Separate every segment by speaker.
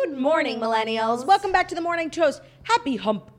Speaker 1: Good morning, millennials. Welcome back to the Morning Toast. Happy hump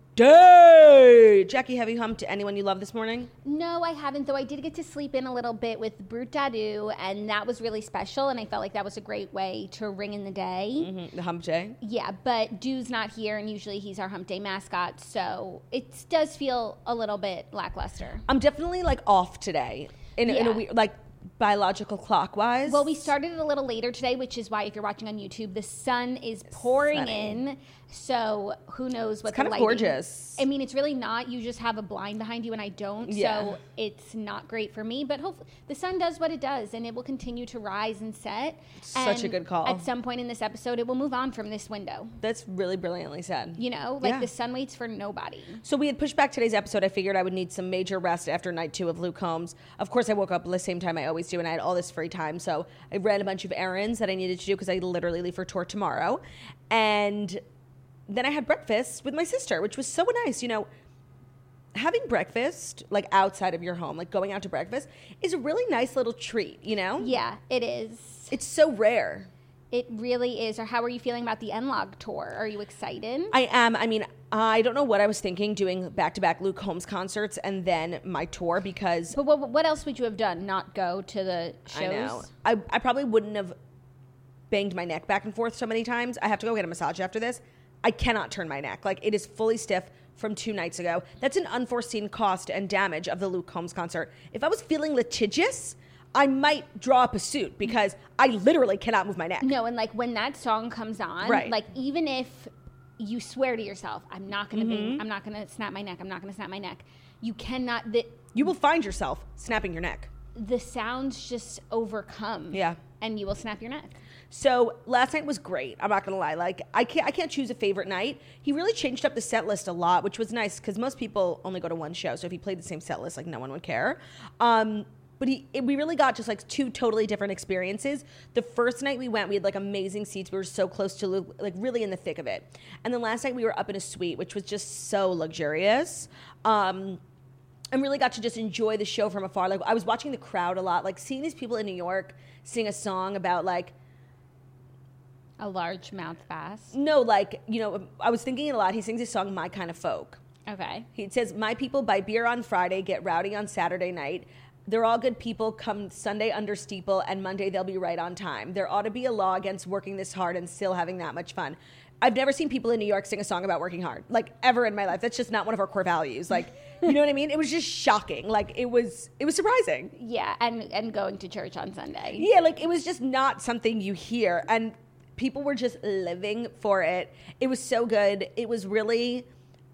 Speaker 1: day. Jackie, have you humped anyone you love this morning?
Speaker 2: No, I haven't, though I did get to sleep in a little bit with Brute Dadu, and that was really special, and I felt like that was a great way to ring in the day.
Speaker 1: Mm, The hump day?
Speaker 2: Yeah, but Dew's not here, and usually he's our hump day mascot, so it does feel a little bit lackluster.
Speaker 1: I'm definitely like off today in, a in a
Speaker 2: Yeah.
Speaker 1: weird, like biological clockwise.
Speaker 2: Well, we started it a little later today, which is why if you're watching on YouTube, the sun is pouring
Speaker 1: setting.
Speaker 2: in. So who knows what
Speaker 1: It's kind
Speaker 2: the
Speaker 1: of
Speaker 2: lighting-
Speaker 1: gorgeous.
Speaker 2: I mean, it's really not. You just have a blind behind you, and I don't.
Speaker 1: Yeah.
Speaker 2: So it's not great for me. But hopefully, the sun does what it does, and it will continue to rise and set.
Speaker 1: such a
Speaker 2: And
Speaker 1: good call.
Speaker 2: At some point in this episode, it will move on from this window.
Speaker 1: That's really brilliantly said.
Speaker 2: You know, like
Speaker 1: Yeah.
Speaker 2: the sun waits for nobody.
Speaker 1: So we had pushed back today's episode. I figured I would need some major rest after night two of Luke Holmes. Of course, I woke up the same time I always do, and I had all this free time. So I ran a bunch of errands that I needed to do because I literally leave for tour tomorrow. And then I had breakfast with my sister, which was so nice. You know, having breakfast like outside of your home, like going out to breakfast, is a really nice little treat. You know,
Speaker 2: Yeah, it is.
Speaker 1: it's so rare.
Speaker 2: It really is. Or how are you feeling about the N-Log tour? Are you excited?
Speaker 1: I am. I mean, I don't know what I was thinking doing back to back Luke Holmes concerts and then my tour because
Speaker 2: But what, what else would you have done? Not go to the shows?
Speaker 1: I know. I, I probably wouldn't have banged my neck back and forth so many times. I have to go get a massage after this. I cannot turn my neck. Like it is fully stiff from two nights ago. That's an unforeseen cost and damage of the Luke Holmes concert. If I was feeling litigious, I might draw up a suit because I literally cannot move my neck.
Speaker 2: No, and like when that song comes on,
Speaker 1: Right.
Speaker 2: like even if you swear to yourself, I'm not gonna
Speaker 1: Mm-hmm.
Speaker 2: bang, I'm not gonna snap my neck, I'm not gonna snap my neck, you cannot the
Speaker 1: You will find yourself snapping your neck.
Speaker 2: the sounds just overcome.
Speaker 1: Yeah.
Speaker 2: And you will snap your neck.
Speaker 1: So last night was great. I'm not gonna lie. Like I can't I can't choose a favorite night. He really changed up the set list a lot, which was nice because most people only go to one show. So if he played the same set list, like no one would care. Um, but he it, we really got just like two totally different experiences. The first night we went, we had like amazing seats. We were so close to Lu- like really in the thick of it. And then last night we were up in a suite, which was just so luxurious. Um, and really got to just enjoy the show from afar. Like I was watching the crowd a lot, like seeing these people in New York sing a song about like
Speaker 2: A large mouth bass.
Speaker 1: No, like, you know, I was thinking it a lot. He sings his song, My Kind of Folk.
Speaker 2: Okay.
Speaker 1: He says, My people buy beer on Friday, get rowdy on Saturday night. They're all good people. Come Sunday under steeple, and Monday they'll be right on time. There ought to be a law against working this hard and still having that much fun. I've never seen people in New York sing a song about working hard, like ever in my life. That's just not one of our core values. Like, you know what I mean? It was just shocking. Like, it was, it was surprising.
Speaker 2: Yeah, and and going to church on Sunday.
Speaker 1: Yeah, like it was just not something you hear, and people were just living for it. It was so good. It was really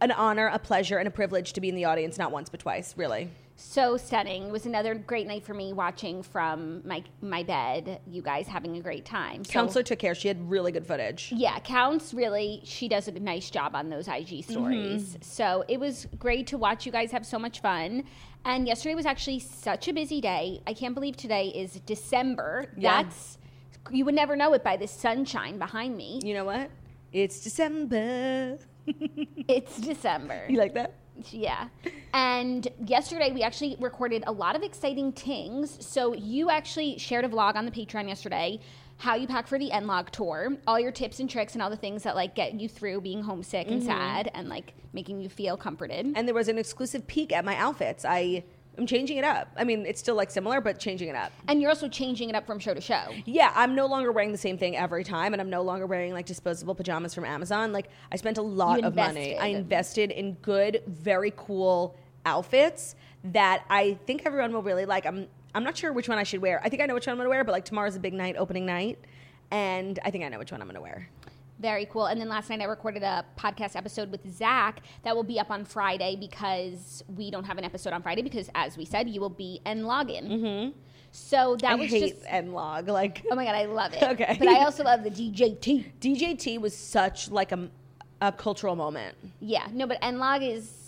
Speaker 1: an honor, a pleasure, and a privilege to be in the audience not once but twice, really.
Speaker 2: so stunning. It was another great night for me watching from my my bed. You guys having a great time. So-
Speaker 1: Counselor took care. She had really good footage.
Speaker 2: Yeah, Counts really, she does a nice job on those IG
Speaker 1: Mm-hmm.
Speaker 2: stories. So it was great to watch you guys have so much fun. And yesterday was actually such a busy day. I can't believe today is December.
Speaker 1: Yeah.
Speaker 2: That's, you would never know it by the sunshine behind me.
Speaker 1: You know what? It's December.
Speaker 2: It's December.
Speaker 1: You like that?
Speaker 2: Yeah. And yesterday we actually recorded a lot of exciting things. So you actually shared a vlog on the Patreon yesterday how you pack for the N-Log tour, all your tips and tricks and all the things that like get you through being
Speaker 1: Mm-hmm.
Speaker 2: homesick and sad and like making you feel comforted.
Speaker 1: And there was an exclusive peek at my outfits. I I'm changing it up. I mean, it's still like similar, but changing it up.
Speaker 2: And you're also changing it up from show to show.
Speaker 1: Yeah, I'm no longer wearing the same thing every time, and I'm no longer wearing like disposable pajamas from Amazon. Like, I spent a lot
Speaker 2: You
Speaker 1: of money. I
Speaker 2: invested.
Speaker 1: invested in good, very cool outfits that I think everyone will really like. I'm I'm not sure which one I should wear. I think I know which one I'm gonna wear, but like tomorrow's a big night, opening night, and I think I know which one I'm gonna wear.
Speaker 2: Very cool. And then last night I recorded a podcast episode with Zach that will be up on Friday because we don't have an episode on Friday because, as we said, you will be and log in. Mm-hmm. So that
Speaker 1: I
Speaker 2: was
Speaker 1: hate
Speaker 2: just.
Speaker 1: N log. Like
Speaker 2: Oh my god, I love it.
Speaker 1: Okay.
Speaker 2: but I also love the DJT.
Speaker 1: DJT was such like a, a cultural moment.
Speaker 2: Yeah, no, but NLog is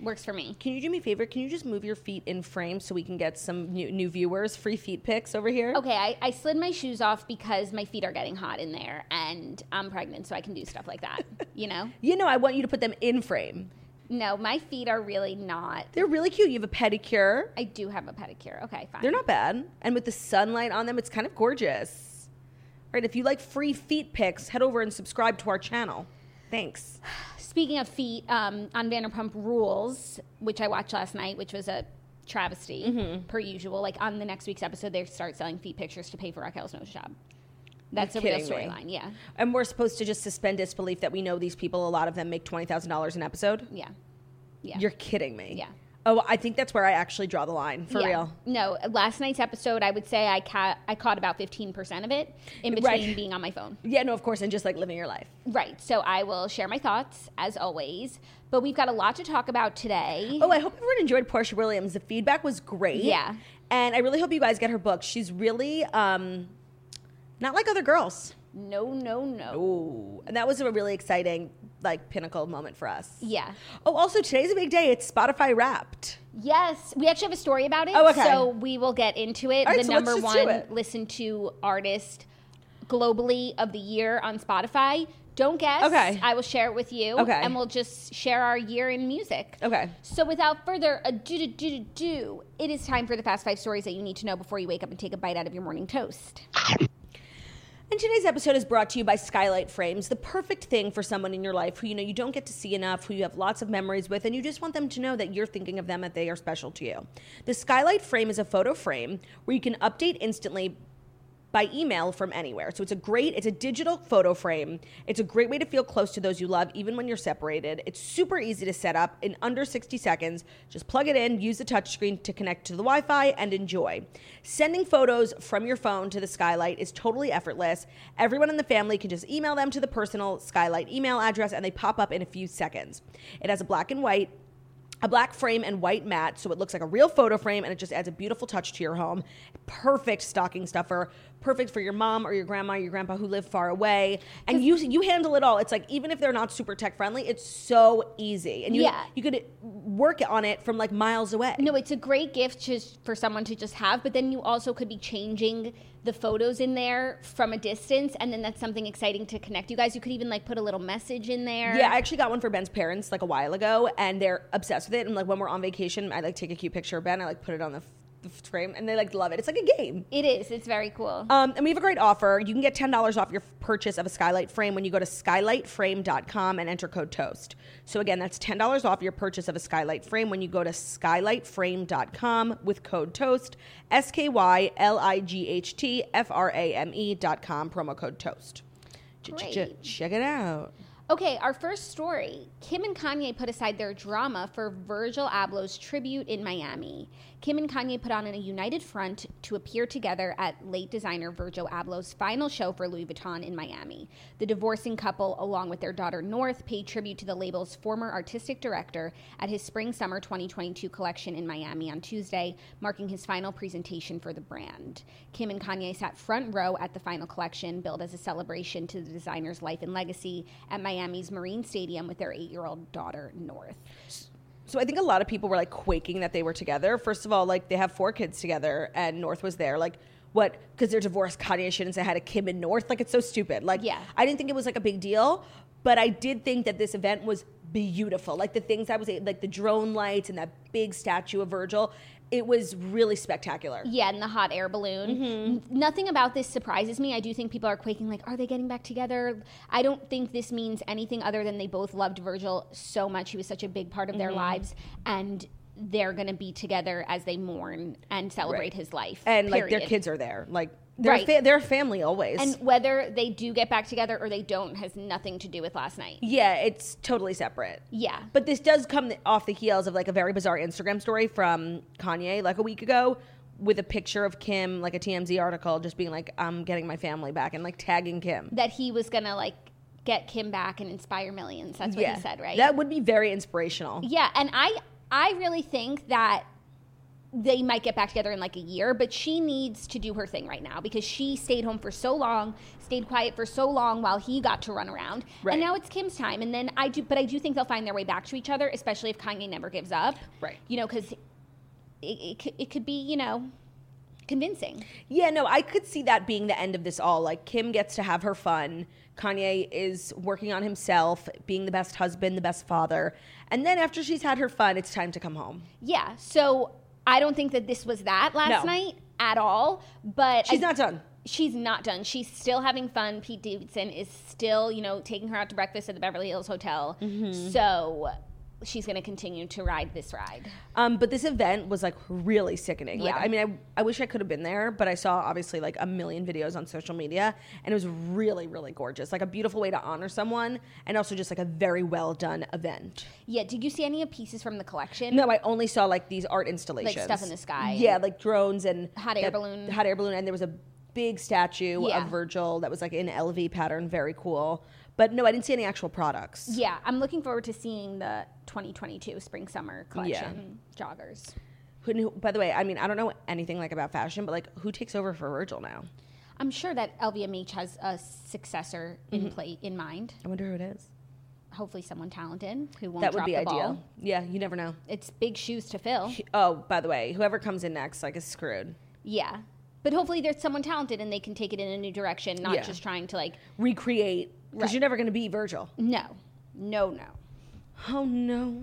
Speaker 2: works for me.
Speaker 1: Can you do me a favor? Can you just move your feet in frame so we can get some new, new viewers, free feet pics over here?
Speaker 2: Okay, I, I slid my shoes off because my feet are getting hot in there, and I'm pregnant, so I can do stuff like that. you know?
Speaker 1: You know, I want you to put them in frame.
Speaker 2: No, my feet are really not.
Speaker 1: They're really cute. You have a pedicure.
Speaker 2: I do have a pedicure. Okay, fine.
Speaker 1: They're not bad. And with the sunlight on them, it's kind of gorgeous. All right, if you like free feet pics, head over and subscribe to our channel. Thanks.
Speaker 2: Speaking of feet, um, on Vanderpump Rules, which I watched last night, which was a travesty
Speaker 1: Mm-hmm.
Speaker 2: per usual. Like on the next week's episode, they start selling feet pictures to pay for Raquel's nose job. That's a real
Speaker 1: kidding me.
Speaker 2: storyline. Yeah,
Speaker 1: And we're supposed to just suspend disbelief that we know these people, a lot of them make $20,000 an episode.
Speaker 2: yeah, yeah.
Speaker 1: You're kidding me.
Speaker 2: Yeah.
Speaker 1: Oh, I think that's where I actually draw the line, for
Speaker 2: Yeah.
Speaker 1: real.
Speaker 2: No, last night's episode, I would say I ca- I caught about fifteen percent of it in between
Speaker 1: Right.
Speaker 2: being on my phone.
Speaker 1: Yeah, no, of course, and just like living your life.
Speaker 2: Right. So I will share my thoughts as always. But we've got a lot to talk about today.
Speaker 1: Oh, I hope everyone enjoyed Portia Williams. The feedback was great.
Speaker 2: Yeah.
Speaker 1: And I really hope you guys get her book. She's really um not like other girls.
Speaker 2: No, no, no.
Speaker 1: Ooh. And that was a really exciting like pinnacle moment for us.
Speaker 2: Yeah.
Speaker 1: Oh, also today's a big day. It's Spotify Wrapped.
Speaker 2: Yes, we actually have a story about it.
Speaker 1: Oh, okay.
Speaker 2: So we will get into it.
Speaker 1: All right,
Speaker 2: the
Speaker 1: so let's
Speaker 2: number
Speaker 1: just do
Speaker 2: one
Speaker 1: it.
Speaker 2: listened to artist globally of the year on Spotify. Don't guess.
Speaker 1: Okay.
Speaker 2: I will share it with you.
Speaker 1: Okay.
Speaker 2: And we'll just share our year in music.
Speaker 1: Okay.
Speaker 2: So without further ado, do, do, do, do, it is time for the fast five stories that you need to know before you wake up and take a bite out of your morning toast.
Speaker 1: And today's episode is brought to you by Skylight Frames, the perfect thing for someone in your life who you know you don't get to see enough, who you have lots of memories with, and you just want them to know that you're thinking of them, that they are special to you. The Skylight Frame is a photo frame where you can update instantly by email from anywhere. So it's a great, it's a digital photo frame. It's a great way to feel close to those you love, even when you're separated. It's super easy to set up in under 60 seconds. Just plug it in, use the touchscreen to connect to the Wi Fi, and enjoy. Sending photos from your phone to the skylight is totally effortless. Everyone in the family can just email them to the personal skylight email address, and they pop up in a few seconds. It has a black and white a black frame and white mat so it looks like a real photo frame and it just adds a beautiful touch to your home perfect stocking stuffer perfect for your mom or your grandma or your grandpa who live far away and you you handle it all it's like even if they're not super tech friendly it's so easy and you
Speaker 2: Yeah.
Speaker 1: you could work on it from like miles away
Speaker 2: No, it's a great gift just for someone to just have, but then you also could be changing the photos in there from a distance, and then that's something exciting to connect you guys. You could even like put a little message in there.
Speaker 1: Yeah, I actually got one for Ben's parents like a while ago, and they're obsessed with it. And like when we're on vacation, I like take a cute picture of Ben, I like put it on the, f- the f- frame, and they like love it. It's like a game.
Speaker 2: it is. It's very cool.
Speaker 1: Um, and we have a great offer. You can get $10 off your purchase of a skylight frame when you go to skylightframe.com and enter code TOAST. So, again, that's $10 off your purchase of a skylight frame when you go to skylightframe.com with code TOAST, S K Y L I G H T F R A M E.com, promo code TOAST. Ch- ch- ch-
Speaker 2: Great.
Speaker 1: Check it out.
Speaker 2: Okay, our first story. Kim and Kanye put aside their drama for Virgil Abloh's tribute in Miami. Kim and Kanye put on a united front to appear together at late designer Virgil Abloh's final show for Louis Vuitton in Miami. The divorcing couple, along with their daughter North, paid tribute to the label's former artistic director at his spring summer 2022 collection in Miami on Tuesday, marking his final presentation for the brand. Kim and Kanye sat front row at the final collection, billed as a celebration to the designer's life and legacy at Miami's Marine Stadium with their eight year old daughter, North.
Speaker 1: So, I think a lot of people were like quaking that they were together. First of all, like they have four kids together, and North was there. Like, what? Because they're divorced, Kanye shouldn't say hi to Kim and North. Like, it's so stupid. Like,
Speaker 2: Yeah.
Speaker 1: I didn't think it was like a big deal, but I did think that this event was beautiful. Like the things I was like the drone lights and that big statue of Virgil, it was really spectacular.
Speaker 2: Yeah, and the hot air balloon.
Speaker 1: Mm-hmm.
Speaker 2: N- Nothing about this surprises me. I do think people are quaking, like, are they getting back together? I don't think this
Speaker 1: Mm-hmm.
Speaker 2: means anything other than they both loved Virgil so much. He was such a big part of their lives. And they're going to be together as they mourn and celebrate
Speaker 1: Right.
Speaker 2: his life.
Speaker 1: and like their
Speaker 2: period.
Speaker 1: kids are there. Like they're
Speaker 2: Right.
Speaker 1: fa- they're a family always.
Speaker 2: And whether they do get back together or they don't has nothing to do with last night.
Speaker 1: yeah, it's totally separate.
Speaker 2: Yeah.
Speaker 1: But this does come off the heels of like a very bizarre Instagram story from Kanye like a week ago with a picture of Kim, like a TMZ article, just being like, I'm getting my family back and like tagging Kim.
Speaker 2: that he was going to like get Kim back and inspire millions. That's what he said, right?
Speaker 1: That would be very inspirational.
Speaker 2: yeah, and I I really think that they might get back together in like a year, but she needs to do her thing right now because she stayed home for so long, stayed quiet for so long while he got to run around.
Speaker 1: Right.
Speaker 2: And now it's Kim's time. And then I do but I do think they'll find their way back to each other, especially if Kanye never gives up.
Speaker 1: Right.
Speaker 2: You know, cuz it, it, could- it could be, you know, convincing.
Speaker 1: Yeah, no, I could see that being the end of this all. Like Kim gets to have her fun. Kanye is working on himself, being the best husband, the best father. And then after she's had her fun, it's time to come home.
Speaker 2: Yeah. So I don't think that this was that
Speaker 1: No.
Speaker 2: last night at all, but
Speaker 1: She's
Speaker 2: I-
Speaker 1: not done.
Speaker 2: she's not done. She's still having fun. Pete Davidson is still, you know, taking her out to breakfast at the Beverly Hills Hotel.
Speaker 1: Mm-hmm.
Speaker 2: So she's going to continue to ride this ride.
Speaker 1: Um, but this event was like really sickening. Like,
Speaker 2: Yeah.
Speaker 1: I mean, I, I wish I could have been there, but I saw obviously like a million videos on social media and it was really, really gorgeous. Like a beautiful way to honor someone and also just like a very well done event.
Speaker 2: Yeah. Did you see any pieces from the collection?
Speaker 1: No, I only saw like these art installations.
Speaker 2: stuff in the sky.
Speaker 1: Yeah, like drones and
Speaker 2: Hot air
Speaker 1: that-
Speaker 2: balloon.
Speaker 1: Hot air balloon. And there was a big statue
Speaker 2: Yeah.
Speaker 1: of Virgil that was like in LV pattern. Very cool. But no, I didn't see any actual products.
Speaker 2: Yeah. I'm looking forward to seeing the 2022 spring summer collection joggers.
Speaker 1: Who knew, by the way, I mean, I don't know anything like about fashion, but like who takes over for Virgil now?
Speaker 2: I'm sure that LVMH has a successor
Speaker 1: Mm-hmm.
Speaker 2: in play in mind.
Speaker 1: I wonder who it is.
Speaker 2: Hopefully, someone talented who won't
Speaker 1: That would
Speaker 2: drop
Speaker 1: be
Speaker 2: the
Speaker 1: ideal.
Speaker 2: ball.
Speaker 1: Yeah, you never know.
Speaker 2: It's big shoes to fill.
Speaker 1: Oh, by the way, whoever comes in next, like, is screwed.
Speaker 2: Yeah. But hopefully there's someone talented and they can take it in a new direction, not
Speaker 1: Yeah.
Speaker 2: just trying to like
Speaker 1: Recreate, because
Speaker 2: Right.
Speaker 1: you're never going to be Virgil.
Speaker 2: no. No, no.
Speaker 1: Oh no.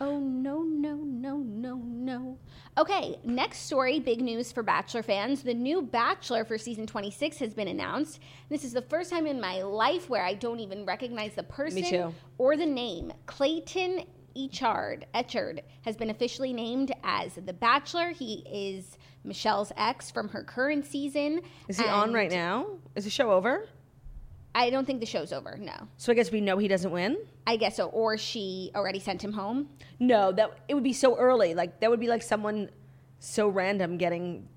Speaker 2: Oh no, no, no, no, no. Okay, next story, big news for Bachelor fans. The new Bachelor for season 26 has been announced. This is the first time in my life where I don't even recognize the person
Speaker 1: too.
Speaker 2: or the name. Clayton Echard, Echard has been officially named as the Bachelor. He is Michelle's ex from her current season.
Speaker 1: Is he on right now? Is the show over?
Speaker 2: I don't think the show's over. No,
Speaker 1: So I guess we know he doesn't win.
Speaker 2: I guess so. Or she already sent him home.
Speaker 1: No, that it would be so early. Like that would be like someone so random getting.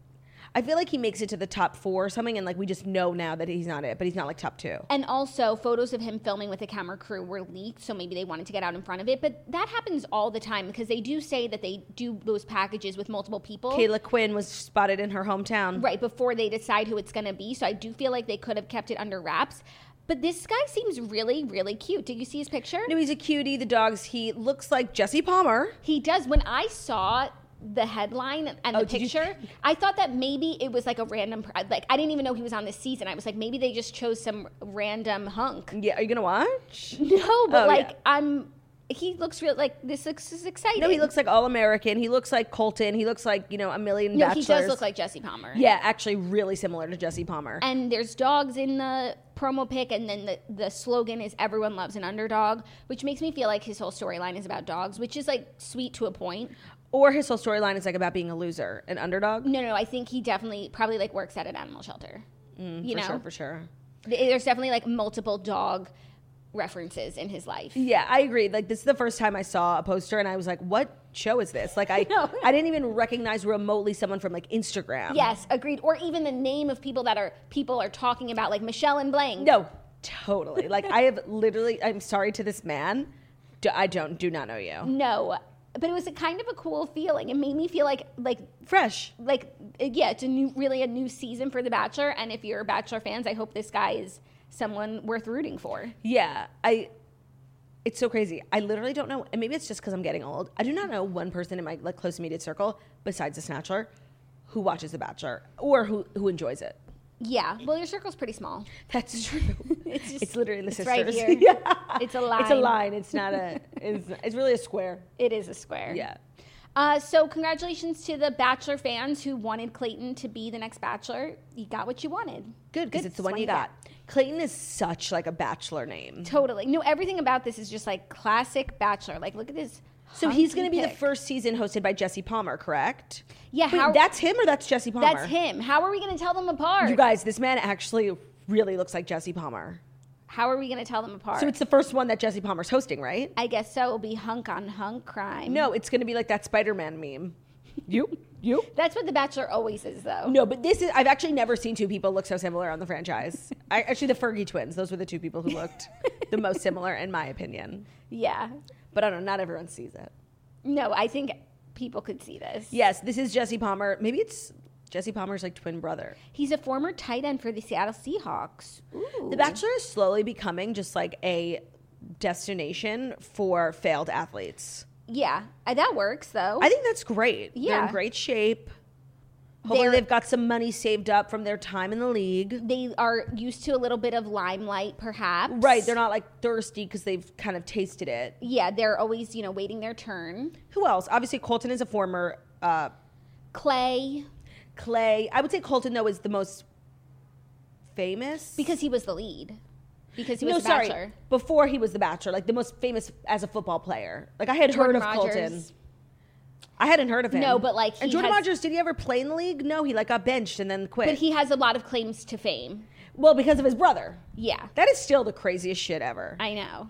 Speaker 1: I feel like he makes it to the top four or something, and like we just know now that he's not it, but he's not like top two.
Speaker 2: And also, photos of him filming with a camera crew were leaked, so maybe they wanted to get out in front of it. But that happens all the time because they do say that they do those packages with multiple people.
Speaker 1: Kayla Quinn was spotted in her hometown.
Speaker 2: Right before they decide who it's going to be. So I do feel like they could have kept it under wraps. But this guy seems really, really cute. Did you see his picture?
Speaker 1: No, he's a cutie. The dogs. He looks like Jesse Palmer.
Speaker 2: He does. When I saw the headline and the
Speaker 1: Oh, did you-
Speaker 2: picture, I thought that maybe it was like a random, pr- like I didn't even know he was on this season. I was like, maybe they just chose some random hunk.
Speaker 1: Yeah, are you gonna watch?
Speaker 2: No, but
Speaker 1: Oh,
Speaker 2: like
Speaker 1: yeah.
Speaker 2: I'm. He looks real. Like this looks this is exciting.
Speaker 1: No, he looks like all American. He looks like Colton. He looks like you know a million.
Speaker 2: No,
Speaker 1: bachelors.
Speaker 2: he does look like Jesse Palmer.
Speaker 1: Yeah, actually, really similar to Jesse Palmer.
Speaker 2: And there's dogs in the promo pic, and then the, the slogan is "Everyone loves an underdog," which makes me feel like his whole storyline is about dogs, which is like sweet to a point.
Speaker 1: or his whole storyline is like about being a loser, an underdog.
Speaker 2: No, no, I think he definitely probably like works at an animal shelter. you
Speaker 1: Mm, for
Speaker 2: know,
Speaker 1: sure, for sure.
Speaker 2: Th- there's definitely like multiple dog references in his life.
Speaker 1: Yeah, I agree. Like this is the first time I saw a poster, and I was like, "What show is this?" Like I,
Speaker 2: know.
Speaker 1: I didn't even recognize remotely someone from like Instagram.
Speaker 2: Yes, agreed. Or even the name of people that are people are talking about, like Michelle and Blank.
Speaker 1: No, totally. like I have literally. I'm sorry to this man. Do, I don't do not know you.
Speaker 2: No, but it was a kind of a cool feeling. It made me feel like like
Speaker 1: Fresh.
Speaker 2: like yeah, it's a new really a new season for The Bachelor. And if you're Bachelor fans, I hope this guy is someone worth rooting for.
Speaker 1: Yeah, I. It's so crazy. I literally don't know, and maybe it's just because I'm getting old. I do not know one person in my like close immediate circle besides the Snatcher who watches The Bachelor or who who enjoys it.
Speaker 2: Yeah, well, your circle's pretty small.
Speaker 1: That's true. it's,
Speaker 2: just-
Speaker 1: literally the
Speaker 2: it's
Speaker 1: sisters.
Speaker 2: right here.
Speaker 1: yeah.
Speaker 2: It's a
Speaker 1: It's a
Speaker 2: line.
Speaker 1: line. It's not a. It's, it's really a square.
Speaker 2: It is a square.
Speaker 1: Yeah.
Speaker 2: Uh, so congratulations to the Bachelor fans who wanted Clayton to be the next Bachelor. You got what you wanted.
Speaker 1: Good because it's the one you got. Clayton is such like a bachelor name.
Speaker 2: Totally. No, everything about this is just like classic Bachelor. Like, look at this
Speaker 1: So he's going to be
Speaker 2: Hunky
Speaker 1: the
Speaker 2: pick.
Speaker 1: first season hosted by Jesse Palmer, correct?
Speaker 2: Yeah,
Speaker 1: Wait,
Speaker 2: how-
Speaker 1: that's him or that's Jesse Palmer?
Speaker 2: That's him. How are we going to tell them apart?
Speaker 1: You guys, this man actually really looks like Jesse Palmer.
Speaker 2: How are we going to tell them apart?
Speaker 1: So it's the first one that Jesse Palmer's hosting, right?
Speaker 2: I guess so. It'll be hunk on hunk crime.
Speaker 1: No, it's going to be like that Spider-Man meme. You, you.
Speaker 2: That's what The Bachelor always is, though.
Speaker 1: No, but this is. I've actually never seen two people look so similar on the franchise. I, actually, the Fergie twins. Those were the two people who looked the most similar, in my opinion.
Speaker 2: Yeah.
Speaker 1: But I don't know. Not everyone sees it.
Speaker 2: No, I think people could see this.
Speaker 1: Yes, this is Jesse Palmer. Maybe it's Jesse Palmer's like twin brother.
Speaker 2: He's a former tight end for the Seattle Seahawks. Ooh.
Speaker 1: The Bachelor is slowly becoming just like a destination for failed athletes.
Speaker 2: Yeah. Uh, That works, though.
Speaker 1: I think that's great. They're in
Speaker 2: Yeah.
Speaker 1: great shape. Hopefully,
Speaker 2: They're-
Speaker 1: they've got some money saved up from their time in the league.
Speaker 2: they are used to a little bit of limelight, perhaps.
Speaker 1: Right, they're not like thirsty because they've kind of tasted it.
Speaker 2: Yeah, they're always, you know, waiting their turn.
Speaker 1: Who else? Obviously, Colton is a former uh,
Speaker 2: Clay,
Speaker 1: Clay. I would say Colton though is the most famous
Speaker 2: because he was the lead. Because he was
Speaker 1: no,
Speaker 2: the
Speaker 1: sorry,
Speaker 2: Bachelor.
Speaker 1: before he was the Bachelor, like the most famous as a football player. Like I had
Speaker 2: Jordan
Speaker 1: heard of
Speaker 2: Rogers.
Speaker 1: Colton. I hadn't heard of him.
Speaker 2: No, but, like,
Speaker 1: and
Speaker 2: he
Speaker 1: Jordan
Speaker 2: has-
Speaker 1: Rogers, did he ever play in the league? No, he like got benched and then quit.
Speaker 2: But he has a lot of claims to fame.
Speaker 1: well because of his brother.
Speaker 2: Yeah.
Speaker 1: That is still the craziest shit ever.
Speaker 2: I know.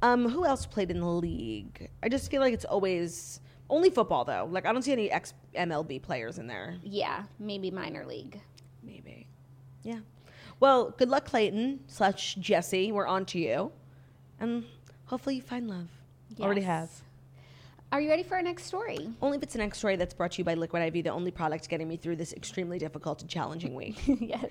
Speaker 1: Um, who else played in the league? I just feel like it's always only football though. Like I don't see any ex MLB players in there.
Speaker 2: Yeah, maybe minor league.
Speaker 1: Maybe. Yeah. Well, good luck, Clayton slash Jesse. We're on to you. And hopefully you find love. Already have.
Speaker 2: Yes. Are you ready for our next story?
Speaker 1: Only if it's an X-ray that's brought to you by Liquid IV, the only product getting me through this extremely difficult and challenging week.
Speaker 2: yes.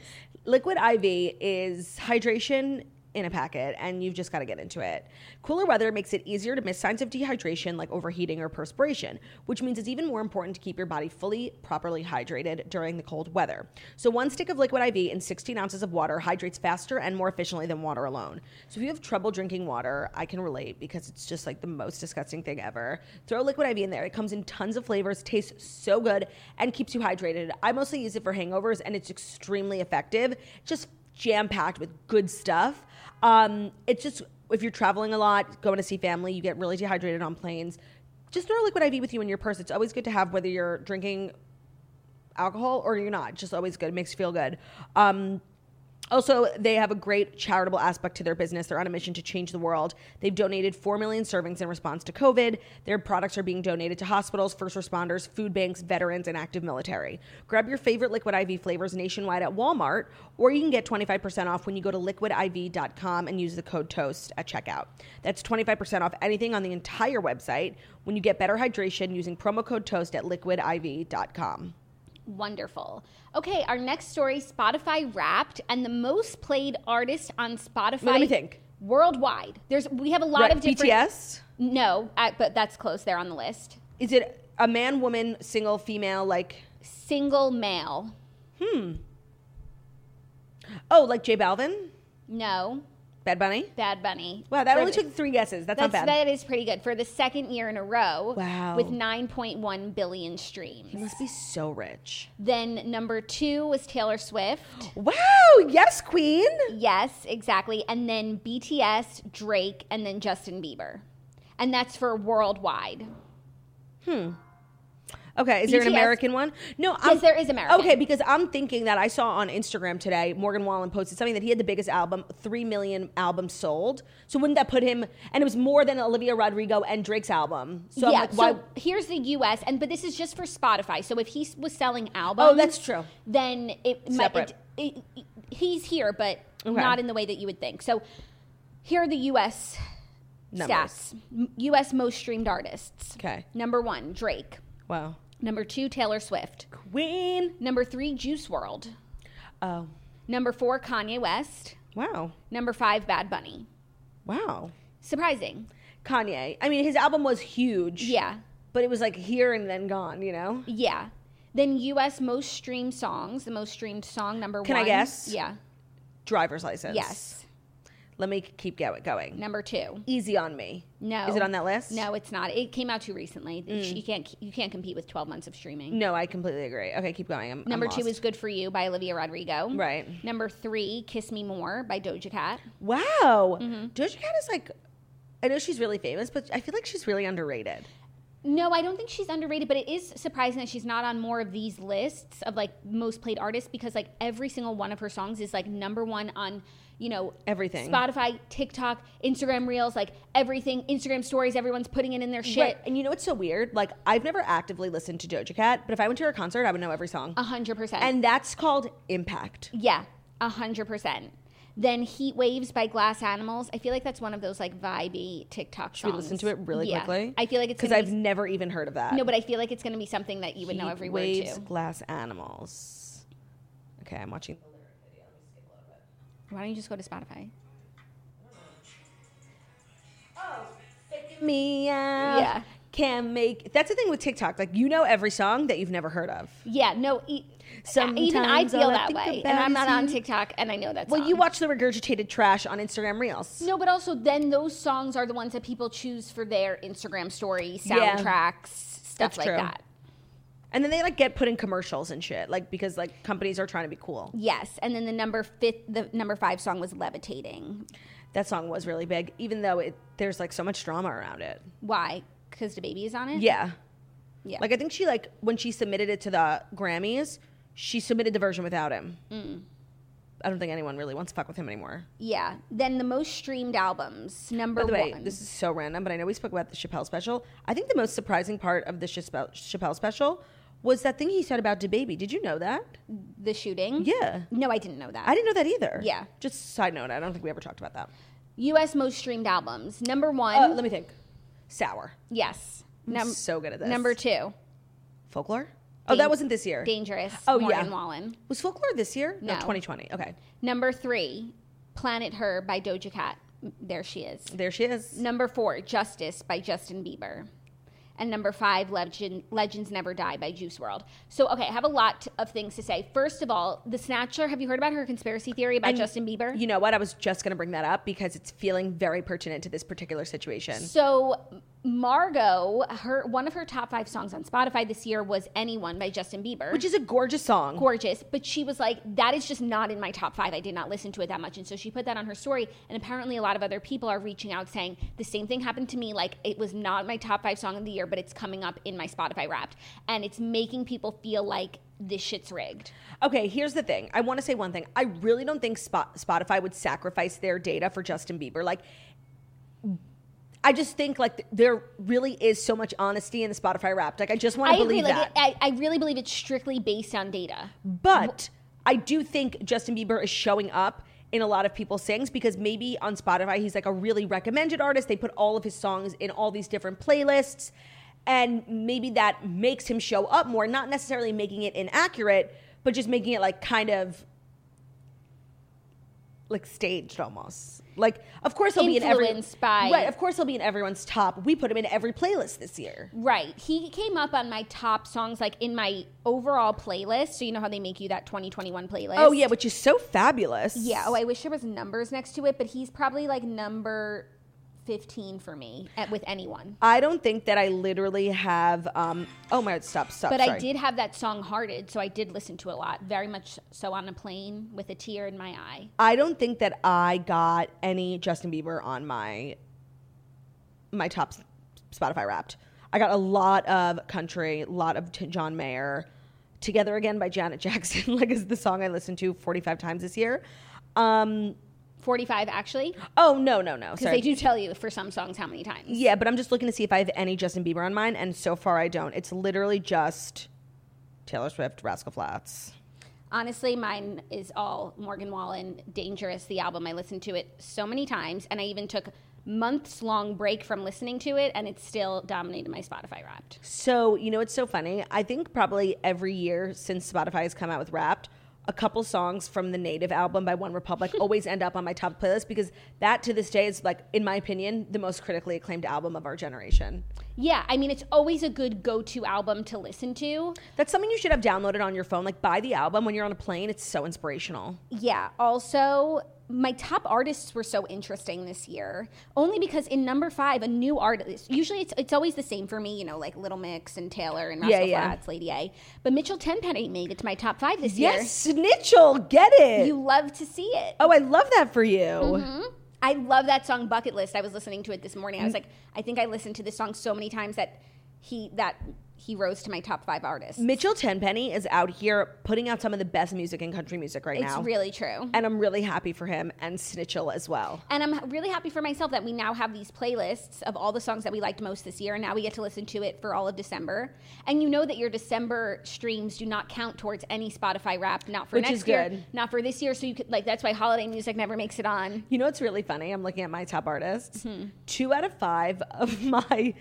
Speaker 1: Liquid IV is hydration in a packet, and you've just got to get into it. Cooler weather makes it easier to miss signs of dehydration like overheating or perspiration, which means it's even more important to keep your body fully, properly hydrated during the cold weather. So, one stick of Liquid IV in 16 ounces of water hydrates faster and more efficiently than water alone. So, if you have trouble drinking water, I can relate because it's just like the most disgusting thing ever. Throw Liquid IV in there. It comes in tons of flavors, tastes so good, and keeps you hydrated. I mostly use it for hangovers, and it's extremely effective. Just jam packed with good stuff. Um, it's just if you're traveling a lot, going to see family, you get really dehydrated on planes. Just throw liquid IV with you in your purse. It's always good to have whether you're drinking alcohol or you're not. Just always good. It makes you feel good. Um, also, they have a great charitable aspect to their business. They're on a mission to change the world. They've donated 4 million servings in response to COVID. Their products are being donated to hospitals, first responders, food banks, veterans, and active military. Grab your favorite Liquid IV flavors nationwide at Walmart, or you can get 25% off when you go to liquidiv.com and use the code TOAST at checkout. That's 25% off anything on the entire website when you get better hydration using promo code TOAST at liquidiv.com.
Speaker 2: Wonderful. Okay, our next story Spotify Wrapped and the most played artist on Spotify.
Speaker 1: Let me think.
Speaker 2: Worldwide. There's we have a lot
Speaker 1: Right,
Speaker 2: of different
Speaker 1: BTS?
Speaker 2: No, I, but that's close there on the list.
Speaker 1: Is it a man, woman, single, female, like
Speaker 2: Single male.
Speaker 1: oh, like J Balvin,
Speaker 2: No.
Speaker 1: Bad Bunny?
Speaker 2: Bad Bunny.
Speaker 1: Wow, that
Speaker 2: For
Speaker 1: only
Speaker 2: the-
Speaker 1: took three guesses. That's,
Speaker 2: That's,
Speaker 1: not bad.
Speaker 2: that is pretty good for the second year in a row.
Speaker 1: Wow.
Speaker 2: With 9.1 billion
Speaker 1: He
Speaker 2: streams.
Speaker 1: must be so rich.
Speaker 2: Then number two was Taylor Swift.
Speaker 1: Wow, yes, Queen.
Speaker 2: yes, exactly. And then BTS, Drake, and then Justin Bieber. And that's for worldwide.
Speaker 1: Okay, is there an
Speaker 2: BTS.
Speaker 1: American one? No,
Speaker 2: Yes, there is American.
Speaker 1: Okay, because I'm thinking that I saw on Instagram today, Morgan Wallen posted something that he had the biggest album, three million albums sold. So wouldn't that put him? And it was more than Olivia Rodrigo and Drake's album. So
Speaker 2: yeah.
Speaker 1: I'm like, why?
Speaker 2: So here's the U.S. and but this is just for Spotify. So if he s- was selling albums,
Speaker 1: Oh, that's true.
Speaker 2: Then it might.
Speaker 1: Separate.
Speaker 2: It, it, it- he's here, but
Speaker 1: Okay.
Speaker 2: not in the way that you would think. So here are the U.S.
Speaker 1: Numbers.
Speaker 2: stats. M- U.S. most streamed artists.
Speaker 1: Okay.
Speaker 2: Number one, Drake.
Speaker 1: wow,
Speaker 2: Number two, Taylor Swift.
Speaker 1: Queen.
Speaker 2: Number three, Juice World.
Speaker 1: Oh,
Speaker 2: Number four, Kanye West.
Speaker 1: wow,
Speaker 2: Number five, Bad Bunny.
Speaker 1: wow.
Speaker 2: Surprising.
Speaker 1: Kanye. I mean, his album was huge.
Speaker 2: Yeah.
Speaker 1: But it was like here and then gone, you know?
Speaker 2: Yeah. Then U.S. most streamed songs, the most streamed song number
Speaker 1: Can I
Speaker 2: one.
Speaker 1: guess?
Speaker 2: Yeah.
Speaker 1: Driver's license.
Speaker 2: Yes.
Speaker 1: Let me keep go- going.
Speaker 2: Number two.
Speaker 1: Easy on me.
Speaker 2: No.
Speaker 1: Is it on that list? Mm.
Speaker 2: No, it's not. It came out too recently. You can't you can't compete with 12 months of streaming.
Speaker 1: No, I completely agree. Okay, keep going. I'm, I'm
Speaker 2: Number two
Speaker 1: lost.
Speaker 2: is "Good for You" by Olivia Rodrigo.
Speaker 1: Right.
Speaker 2: Number three, "Kiss Me More" by Doja Cat.
Speaker 1: Wow. Doja Cat is like I know she's really famous, but I feel like she's really underrated.
Speaker 2: No, I don't think she's underrated, but it is surprising that she's not on more of these lists of like most played artists because like every single one of her songs is like number one on, you know,
Speaker 1: Everything.
Speaker 2: Spotify, TikTok, Instagram Reels, like everything, Instagram stories, everyone's putting it in their shit.
Speaker 1: Right. And you know what's so weird? Like I've never actively listened to Doja Cat, but if I went to her concert, I would know every song.
Speaker 2: A hundred percent.
Speaker 1: And that's called impact.
Speaker 2: yeah, a hundred percent. Then Heat Waves by Glass Animals. I feel like that's one of those like vibey TikTok
Speaker 1: Should
Speaker 2: songs.
Speaker 1: we listen to it really
Speaker 2: Yeah.
Speaker 1: quickly?
Speaker 2: I feel like it's
Speaker 1: because
Speaker 2: gonna
Speaker 1: I've
Speaker 2: be-
Speaker 1: never even heard of that.
Speaker 2: No, but I feel like it's gonna be something that you would know
Speaker 1: Heat
Speaker 2: every
Speaker 1: waves,
Speaker 2: word to.
Speaker 1: glass animals. Okay, I'm watching.
Speaker 2: Why don't you just go to Spotify?
Speaker 1: Me out.
Speaker 2: Yeah.
Speaker 1: Can make. That's the thing with TikTok. Like you know every song that you've never heard of.
Speaker 2: Yeah, no. E-
Speaker 1: Sometimes
Speaker 2: even I feel
Speaker 1: all I
Speaker 2: that
Speaker 1: think
Speaker 2: way,
Speaker 1: about
Speaker 2: and I'm
Speaker 1: is
Speaker 2: not on
Speaker 1: you.
Speaker 2: TikTok, and I know that.
Speaker 1: Well, you
Speaker 2: song.
Speaker 1: watch the regurgitated trash on Instagram Reels.
Speaker 2: No, but also then those songs are the ones that people choose for their Instagram story,
Speaker 1: Yeah.
Speaker 2: soundtracks, stuff
Speaker 1: That's
Speaker 2: like
Speaker 1: true.
Speaker 2: that.
Speaker 1: And then they like get put in commercials and shit, like because like companies are trying to be cool.
Speaker 2: Yes, and then the number fifth, the number five song was "Levitating."
Speaker 1: That song was really big, even though it there's like so much drama around it.
Speaker 2: Why? Because the baby is on it.
Speaker 1: Yeah,
Speaker 2: yeah.
Speaker 1: like I think she like when she submitted it to the Grammys, she submitted the version without him.
Speaker 2: Mm.
Speaker 1: I don't think anyone really wants to fuck with him anymore.
Speaker 2: yeah. Then the most streamed albums, number
Speaker 1: By the way,
Speaker 2: one.
Speaker 1: this is so random, but I know we spoke about the Chappelle special. I think the most surprising part of the Chappelle Chappelle special was that thing he said about DeBaby. Did you know that?
Speaker 2: the shooting.
Speaker 1: Yeah.
Speaker 2: No, I didn't know that.
Speaker 1: I didn't know that either.
Speaker 2: Yeah.
Speaker 1: Just side note, I don't think we ever talked about that.
Speaker 2: U.S. most streamed albums, number
Speaker 1: Uh,
Speaker 2: one.
Speaker 1: let me think. Sour.
Speaker 2: yes. Num-
Speaker 1: so good at this.
Speaker 2: Number two.
Speaker 1: Folklore? Oh,
Speaker 2: Dang-
Speaker 1: that wasn't this year.
Speaker 2: Dangerous.
Speaker 1: Oh,
Speaker 2: Morgan
Speaker 1: yeah.
Speaker 2: Wallen.
Speaker 1: Was Folklore this year?
Speaker 2: No.
Speaker 1: 2020. Okay.
Speaker 2: Number three, Planet Her by Doja Cat. There she is.
Speaker 1: There she is.
Speaker 2: Number four, Justice by Justin Bieber. And number five, Legend, Legends Never Die by Juice World. So, okay, I have a lot of things to say. First of all, The Snatcher, have you heard about her conspiracy theory about Justin Bieber?
Speaker 1: You know what? I was just going to bring that up because it's feeling very pertinent to this particular situation.
Speaker 2: So Margot, her one of her top five songs on Spotify this year was Anyone by Justin Bieber.
Speaker 1: Which is a gorgeous song.
Speaker 2: gorgeous, but she was like, that is just not in my top five. I did not listen to it that much. And so she put that on her story. And apparently, a lot of other people are reaching out saying, the same thing happened to me. Like, it was not my top five song of the year, but it's coming up in my Spotify wrapped. And it's making people feel like this shit's rigged.
Speaker 1: Okay, here's the thing. I want to say one thing. I really don't think Spot- Spotify would sacrifice their data for Justin Bieber. Like, I just think like th- there really is so much honesty in the Spotify Wrapped. Like, I just want
Speaker 2: I
Speaker 1: to believe
Speaker 2: agree. Like,
Speaker 1: that.
Speaker 2: it, I, I really believe it's strictly based on data.
Speaker 1: but I do think Justin Bieber is showing up in a lot of people's things because maybe on Spotify he's like a really recommended artist. They put all of his songs in all these different playlists, and maybe that makes him show up more. Not necessarily making it inaccurate, but just making it like kind of like staged almost. Like, of course he'll be in every
Speaker 2: Influenced by-
Speaker 1: right. Of course he'll be in everyone's top. We put him in every playlist this year.
Speaker 2: Right. He came up on my top songs, like in my overall playlist. So, you know how they make you that 2021 playlist?
Speaker 1: Oh yeah, which is so fabulous.
Speaker 2: Yeah. Oh, I wish there was numbers next to it, but he's probably like number fifteen for me at, with anyone.
Speaker 1: I don't think that I literally have. Um, oh my! Stop! Stop!
Speaker 2: But I
Speaker 1: sorry.
Speaker 2: did have that song "Hearted," so I did listen to a lot, very much so on a plane with a tear in my eye.
Speaker 1: I don't think that I got any Justin Bieber on my my top s- Spotify Wrapped. I got a lot of country, a lot of t- John Mayer. "Together Again" by Janet Jackson, like is the song I listened to forty five times this year. Um,
Speaker 2: Forty-five, actually,
Speaker 1: oh no, no, no!
Speaker 2: because they
Speaker 1: Sorry.
Speaker 2: do tell you for some songs how many times.
Speaker 1: yeah, but I'm just looking to see if I have any Justin Bieber on mine, and so far I don't. It's literally just Taylor Swift, Rascal Flats.
Speaker 2: Honestly, mine is all Morgan Wallen, Dangerous, the album. I listened to it so many times, and I even took months long break from listening to it, and it still dominated my Spotify Wrapped.
Speaker 1: So, you know, it's so funny. I think probably every year since Spotify has come out with Wrapped, a couple songs from the Native album by One Republic always end up on my top playlist because that to this day is, like, in my opinion, the most critically acclaimed album of our generation.
Speaker 2: Yeah, I mean, it's always a good go to album to listen to.
Speaker 1: That's something you should have downloaded on your phone. Like, buy the album when you're on a plane. It's so inspirational.
Speaker 2: Yeah, also, my top artists were so interesting this year, only because in number five, a new artist, usually it's, it's always the same for me, you know, like Little Mix and Taylor and Rascal
Speaker 1: Yeah, yeah.
Speaker 2: Flatts, Lady A. But Mitchell Tenpenny made it to my top five this
Speaker 1: Yes, Snitchel, get
Speaker 2: year.
Speaker 1: it.
Speaker 2: You love to see it.
Speaker 1: oh, I love that for you.
Speaker 2: Mhm. I love that song Bucket List. I was listening to it this morning. I
Speaker 1: Mm.
Speaker 2: was like, I think I listened to this song so many times that he that he rose to my top five artists.
Speaker 1: Mitchell Tenpenny is out here putting out some of the best music in country music right
Speaker 2: It's
Speaker 1: now.
Speaker 2: really true.
Speaker 1: and I'm really happy for him and Snitchell as well.
Speaker 2: And I'm really happy for myself that we now have these playlists of all the songs that we liked most this year, and now we get to listen to it for all of December. And you know that your December streams do not count towards any Spotify rap, not for
Speaker 1: Which
Speaker 2: next
Speaker 1: is
Speaker 2: year,
Speaker 1: good.
Speaker 2: not for this year. So you could like that's why holiday music never makes it on.
Speaker 1: You know what's really funny? I'm looking at my top artists.
Speaker 2: Mm-hmm.
Speaker 1: Two out of five of my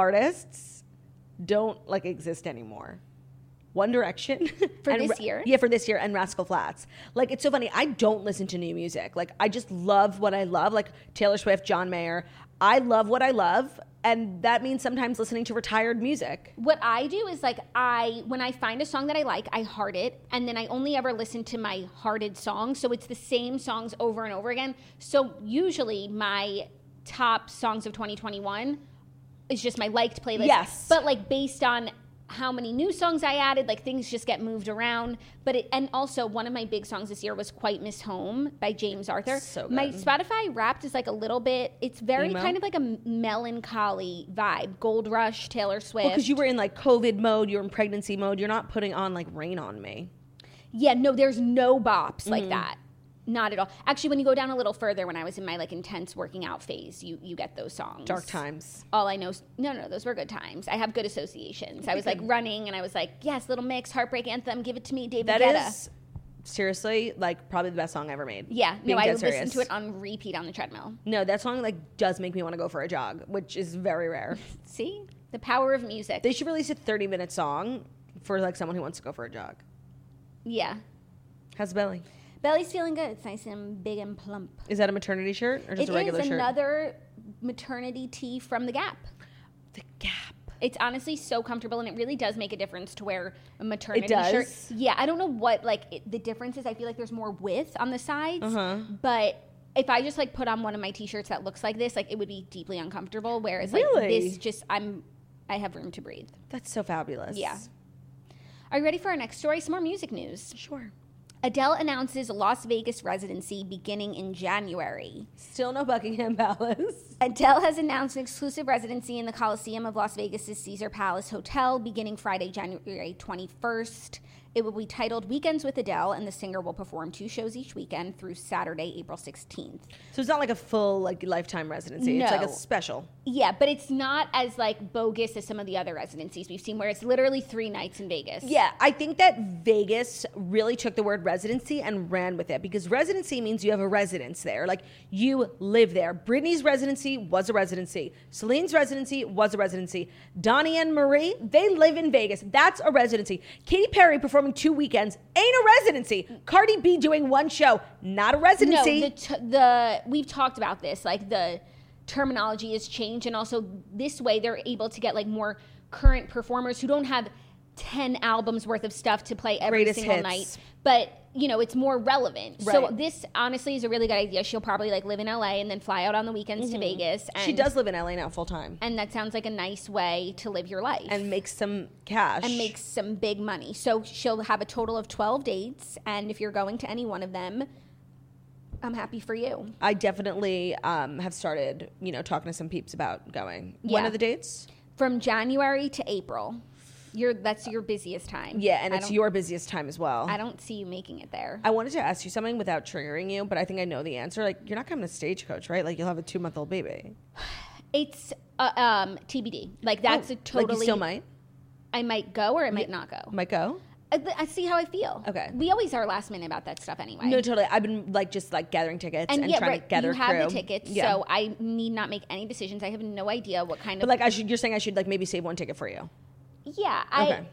Speaker 1: artists don't like exist anymore. One Direction
Speaker 2: For
Speaker 1: and
Speaker 2: this
Speaker 1: Ra-
Speaker 2: year?
Speaker 1: yeah, for this year, and Rascal Flats. Like it's so funny. I don't listen to new music. Like I just love what I love. Like Taylor Swift, John Mayer. I love what I love, and that means sometimes listening to retired music.
Speaker 2: What I do is like I when I find a song that I like, I heart it, and then I only ever listen to my hearted songs. So it's the same songs over and over again. So usually my top songs of 2021 is just my liked playlist.
Speaker 1: Yes.
Speaker 2: but like based on how many new songs I added, like things just get moved around. But it, and also one of my big songs this year was "Quite Miss Home" by James Arthur.
Speaker 1: So
Speaker 2: My
Speaker 1: good.
Speaker 2: Spotify Wrapped is like a little bit. It's very
Speaker 1: Emo?
Speaker 2: kind of like a melancholy vibe. Gold Rush, Taylor Swift.
Speaker 1: Because you were in like COVID mode, you're in pregnancy mode. You're not putting on like Rain on Me.
Speaker 2: Yeah, no, there's no bops like
Speaker 1: Mm-hmm.
Speaker 2: that. Not at all. Actually, when you go down a little further, when I was in my like intense working out phase, you you get those songs.
Speaker 1: Dark times.
Speaker 2: All I know, no, no, those were good times. I have good associations. I was like running, and I was like, yes, Little Mix, Heartbreak Anthem, give it to me, David
Speaker 1: That is
Speaker 2: Guetta.
Speaker 1: seriously like probably the best song I ever made.
Speaker 2: yeah, no,
Speaker 1: Being
Speaker 2: I
Speaker 1: dead
Speaker 2: would listen
Speaker 1: serious.
Speaker 2: to it on repeat on the treadmill.
Speaker 1: No, that song like does make me want to go for a jog, which is very rare.
Speaker 2: See the power of music.
Speaker 1: they should release a 30 minute song for like someone who wants to go for a jog.
Speaker 2: yeah,
Speaker 1: How's the belly?
Speaker 2: belly's feeling good. It's nice and big and plump.
Speaker 1: Is that a maternity shirt or just
Speaker 2: It
Speaker 1: a regular
Speaker 2: is
Speaker 1: shirt?
Speaker 2: another maternity tee from the Gap.
Speaker 1: the Gap.
Speaker 2: It's honestly so comfortable, and it really does make a difference to wear a maternity
Speaker 1: does.
Speaker 2: shirt. Yeah, I don't know what like it, the difference is. I feel like there's more width on the sides,
Speaker 1: Uh-huh.
Speaker 2: but if I just like put on one of my t-shirts that looks like this, like it would be deeply uncomfortable. Whereas like
Speaker 1: Really?
Speaker 2: this, just I'm I have room to breathe.
Speaker 1: That's so fabulous.
Speaker 2: Yeah. Are you ready for our next story? Some more music news.
Speaker 1: Sure.
Speaker 2: Adele announces Las Vegas residency beginning in January.
Speaker 1: Still no Buckingham Palace.
Speaker 2: Adele has announced an exclusive residency in the Coliseum of Las Vegas' Caesar Palace Hotel beginning Friday, January 21st. It will be titled Weekends with Adele, and the singer will perform two shows each weekend through Saturday, April 16th.
Speaker 1: So it's not like a full like lifetime residency. It's like a
Speaker 2: No.
Speaker 1: special.
Speaker 2: Yeah, but it's not as like bogus as some of the other residencies we've seen where it's literally three nights in Vegas.
Speaker 1: Yeah, I think that Vegas really took the word residency and ran with it because residency means you have a residence there. Like you live there. Britney's residency was a residency. Celine's residency was a residency. Donnie and Marie, they live in Vegas. That's a residency. Katy Perry performing two weekends ain't a residency. Cardi B doing one show, not a
Speaker 2: No,
Speaker 1: residency.
Speaker 2: the, t- the we've talked about this. Like the terminology has changed, and also this way they're able to get like more current performers who don't have ten albums worth of stuff to play every
Speaker 1: Greatest
Speaker 2: single
Speaker 1: hits.
Speaker 2: night. But you know, it's more relevant. So
Speaker 1: Right.
Speaker 2: this honestly is a really good idea. She'll probably like live in LA and then fly out on the weekends to Vegas. And,
Speaker 1: Mm-hmm. she does live in LA now full time
Speaker 2: and that sounds like a nice way to live your life
Speaker 1: and makes some cash.
Speaker 2: and makes some big money. So she'll have a total of twelve dates, and if you're going to any one of them, I'm happy for you.
Speaker 1: I definitely um, have started, you know, talking to some peeps about going. One
Speaker 2: Yeah.
Speaker 1: of the dates?
Speaker 2: from January to April. Your that's your busiest time.
Speaker 1: Yeah, and
Speaker 2: I
Speaker 1: it's
Speaker 2: don't-
Speaker 1: your busiest time as well.
Speaker 2: I don't see you making it there.
Speaker 1: I wanted to ask you something without triggering you, but I think I know the answer. Like, you're not coming to Stagecoach, right? Like, you'll have a two month old baby.
Speaker 2: It's uh, um, TBD. Like that's
Speaker 1: Oh,
Speaker 2: a totally.
Speaker 1: Like, you still might.
Speaker 2: I might go or I might not go.
Speaker 1: Might go.
Speaker 2: I, th- I see how I feel.
Speaker 1: Okay.
Speaker 2: We always are last minute about that stuff anyway.
Speaker 1: No, totally. I've been like just like gathering tickets and,
Speaker 2: and yeah,
Speaker 1: trying
Speaker 2: right.
Speaker 1: to gather
Speaker 2: you have the
Speaker 1: crew.
Speaker 2: tickets,
Speaker 1: Yeah.
Speaker 2: so I need not make any decisions. I have no idea what kind
Speaker 1: But
Speaker 2: of.
Speaker 1: like, I should. You're saying I should like maybe save one ticket for you.
Speaker 2: yeah, I.
Speaker 1: Okay.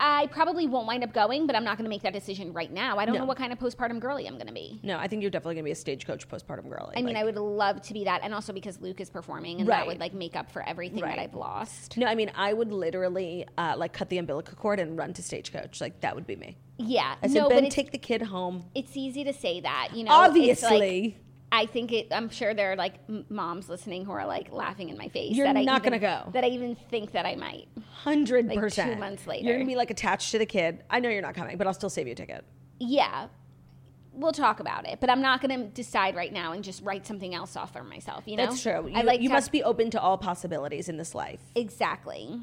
Speaker 2: I probably won't wind up going, but I'm not going to make that decision right now. I don't
Speaker 1: No.
Speaker 2: know what kind of postpartum girly I'm going to be.
Speaker 1: No, I think you're definitely gonna be a Stagecoach postpartum girl.
Speaker 2: I mean, I would love to be that, and also because Luke is performing, and that
Speaker 1: Right.
Speaker 2: would like make up for everything
Speaker 1: Right.
Speaker 2: that I've lost.
Speaker 1: No, I mean, I would literally uh, like cut the umbilical cord and run to Stagecoach. Like that would be me.
Speaker 2: Yeah,
Speaker 1: I said,
Speaker 2: no, but
Speaker 1: Ben,
Speaker 2: it's,
Speaker 1: take the kid home.
Speaker 2: it's easy to say that, you know. It's, like,
Speaker 1: Obviously,
Speaker 2: I think it. I'm sure there are like m- moms listening who are like laughing in my face.
Speaker 1: You're
Speaker 2: that I
Speaker 1: not gonna
Speaker 2: even-
Speaker 1: go.
Speaker 2: That I even think that I might.
Speaker 1: hundred
Speaker 2: like, two
Speaker 1: percent.
Speaker 2: months
Speaker 1: you're
Speaker 2: later.
Speaker 1: gonna be like attached to the kid. I know you're not coming, but I'll still save you a ticket.
Speaker 2: Yeah, we'll talk about it, but I'm not going to decide right now and just write something else off for myself. You know,
Speaker 1: That's true. You,
Speaker 2: I like
Speaker 1: you
Speaker 2: to
Speaker 1: must
Speaker 2: have-
Speaker 1: be open to all possibilities in this life.
Speaker 2: exactly.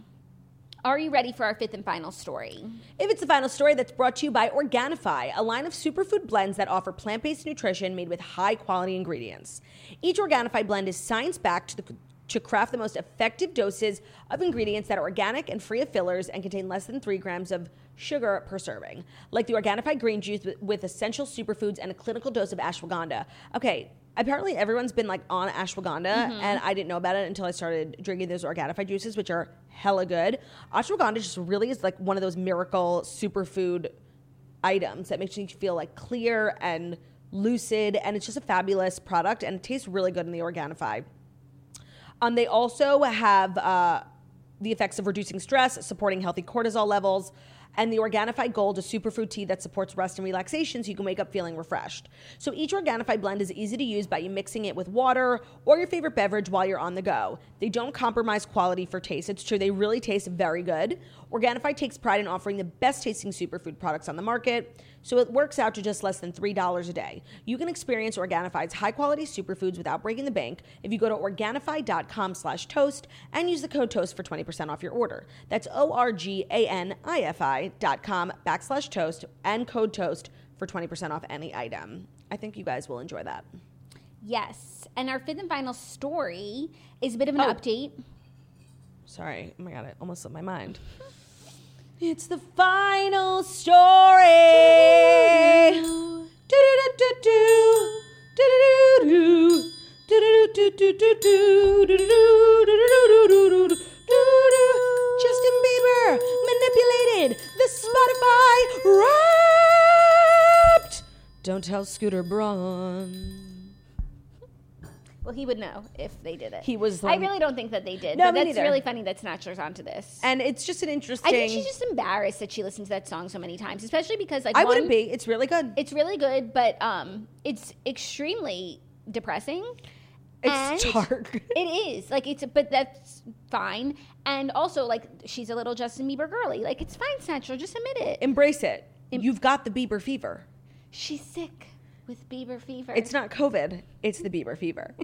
Speaker 2: Are you ready for our fifth and final story?
Speaker 1: If it's the final story, that's brought to you by Organifi, a line of superfood blends that offer plant based nutrition made with high quality ingredients. Each Organifi blend is science backed to, the, to craft the most effective doses of ingredients that are organic and free of fillers and contain less than three grams of sugar per serving, like the Organifi green juice with, with essential superfoods and a clinical dose of ashwagandha. Okay. Apparently, everyone's been like on ashwagandha, and I didn't know about it until I started drinking those Organifi juices, which are hella good. Ashwagandha just really is like one of those miracle superfood items that makes you feel like clear and lucid, and it's just a fabulous product, and it tastes really good in the Organifi. Um, they also have uh, the effects of reducing stress, supporting healthy cortisol levels, and the Organifi Gold, a superfood tea that supports rest and relaxation so you can wake up feeling refreshed. So each Organifi blend is easy to use by you mixing it with water or your favorite beverage while you're on the go. They don't compromise quality for taste. It's true, they really taste very good. Organifi takes pride in offering the best tasting superfood products on the market, so it works out to just less than $3 a day. You can experience Organifi's high-quality superfoods without breaking the bank if you go to Organifi.com slash toast and use the code TOAST for 20% off your order. That's O-R-G-A-N-I-F-I dot com backslash toast and code TOAST for 20% off any item. I think you guys will enjoy that.
Speaker 2: Yes. And our fifth and final story is a bit of an update.
Speaker 1: Sorry. Oh my god, it almost slipped my mind. It's the final story. Do-do-do-do-do. Do-do-do-do. Do-do-do-do-do-do. Do-do-do-do-do-do. Do-do. Justin Bieber manipulated the Spotify Wrapped. Don't tell Scooter Braun.
Speaker 2: Well, he would know if they did it.
Speaker 1: He was the
Speaker 2: I
Speaker 1: one-
Speaker 2: really don't think that they did.
Speaker 1: No,
Speaker 2: but
Speaker 1: me
Speaker 2: that's
Speaker 1: neither.
Speaker 2: really funny that Snatcher's onto this.
Speaker 1: And it's just an
Speaker 2: I
Speaker 1: interesting.
Speaker 2: think she's just embarrassed that she listened to that song so many times, especially because like
Speaker 1: I
Speaker 2: one,
Speaker 1: wouldn't be. It's really good.
Speaker 2: It's really good, but um, it's extremely depressing.
Speaker 1: It's
Speaker 2: and-
Speaker 1: dark.
Speaker 2: It is like it's, but that's fine. And also, like she's a little Justin Bieber girly. Like it's fine, Snatcher. Just admit it.
Speaker 1: Embrace it. You've got the Bieber fever.
Speaker 2: She's sick with Bieber fever.
Speaker 1: It's not COVID. It's the Bieber fever.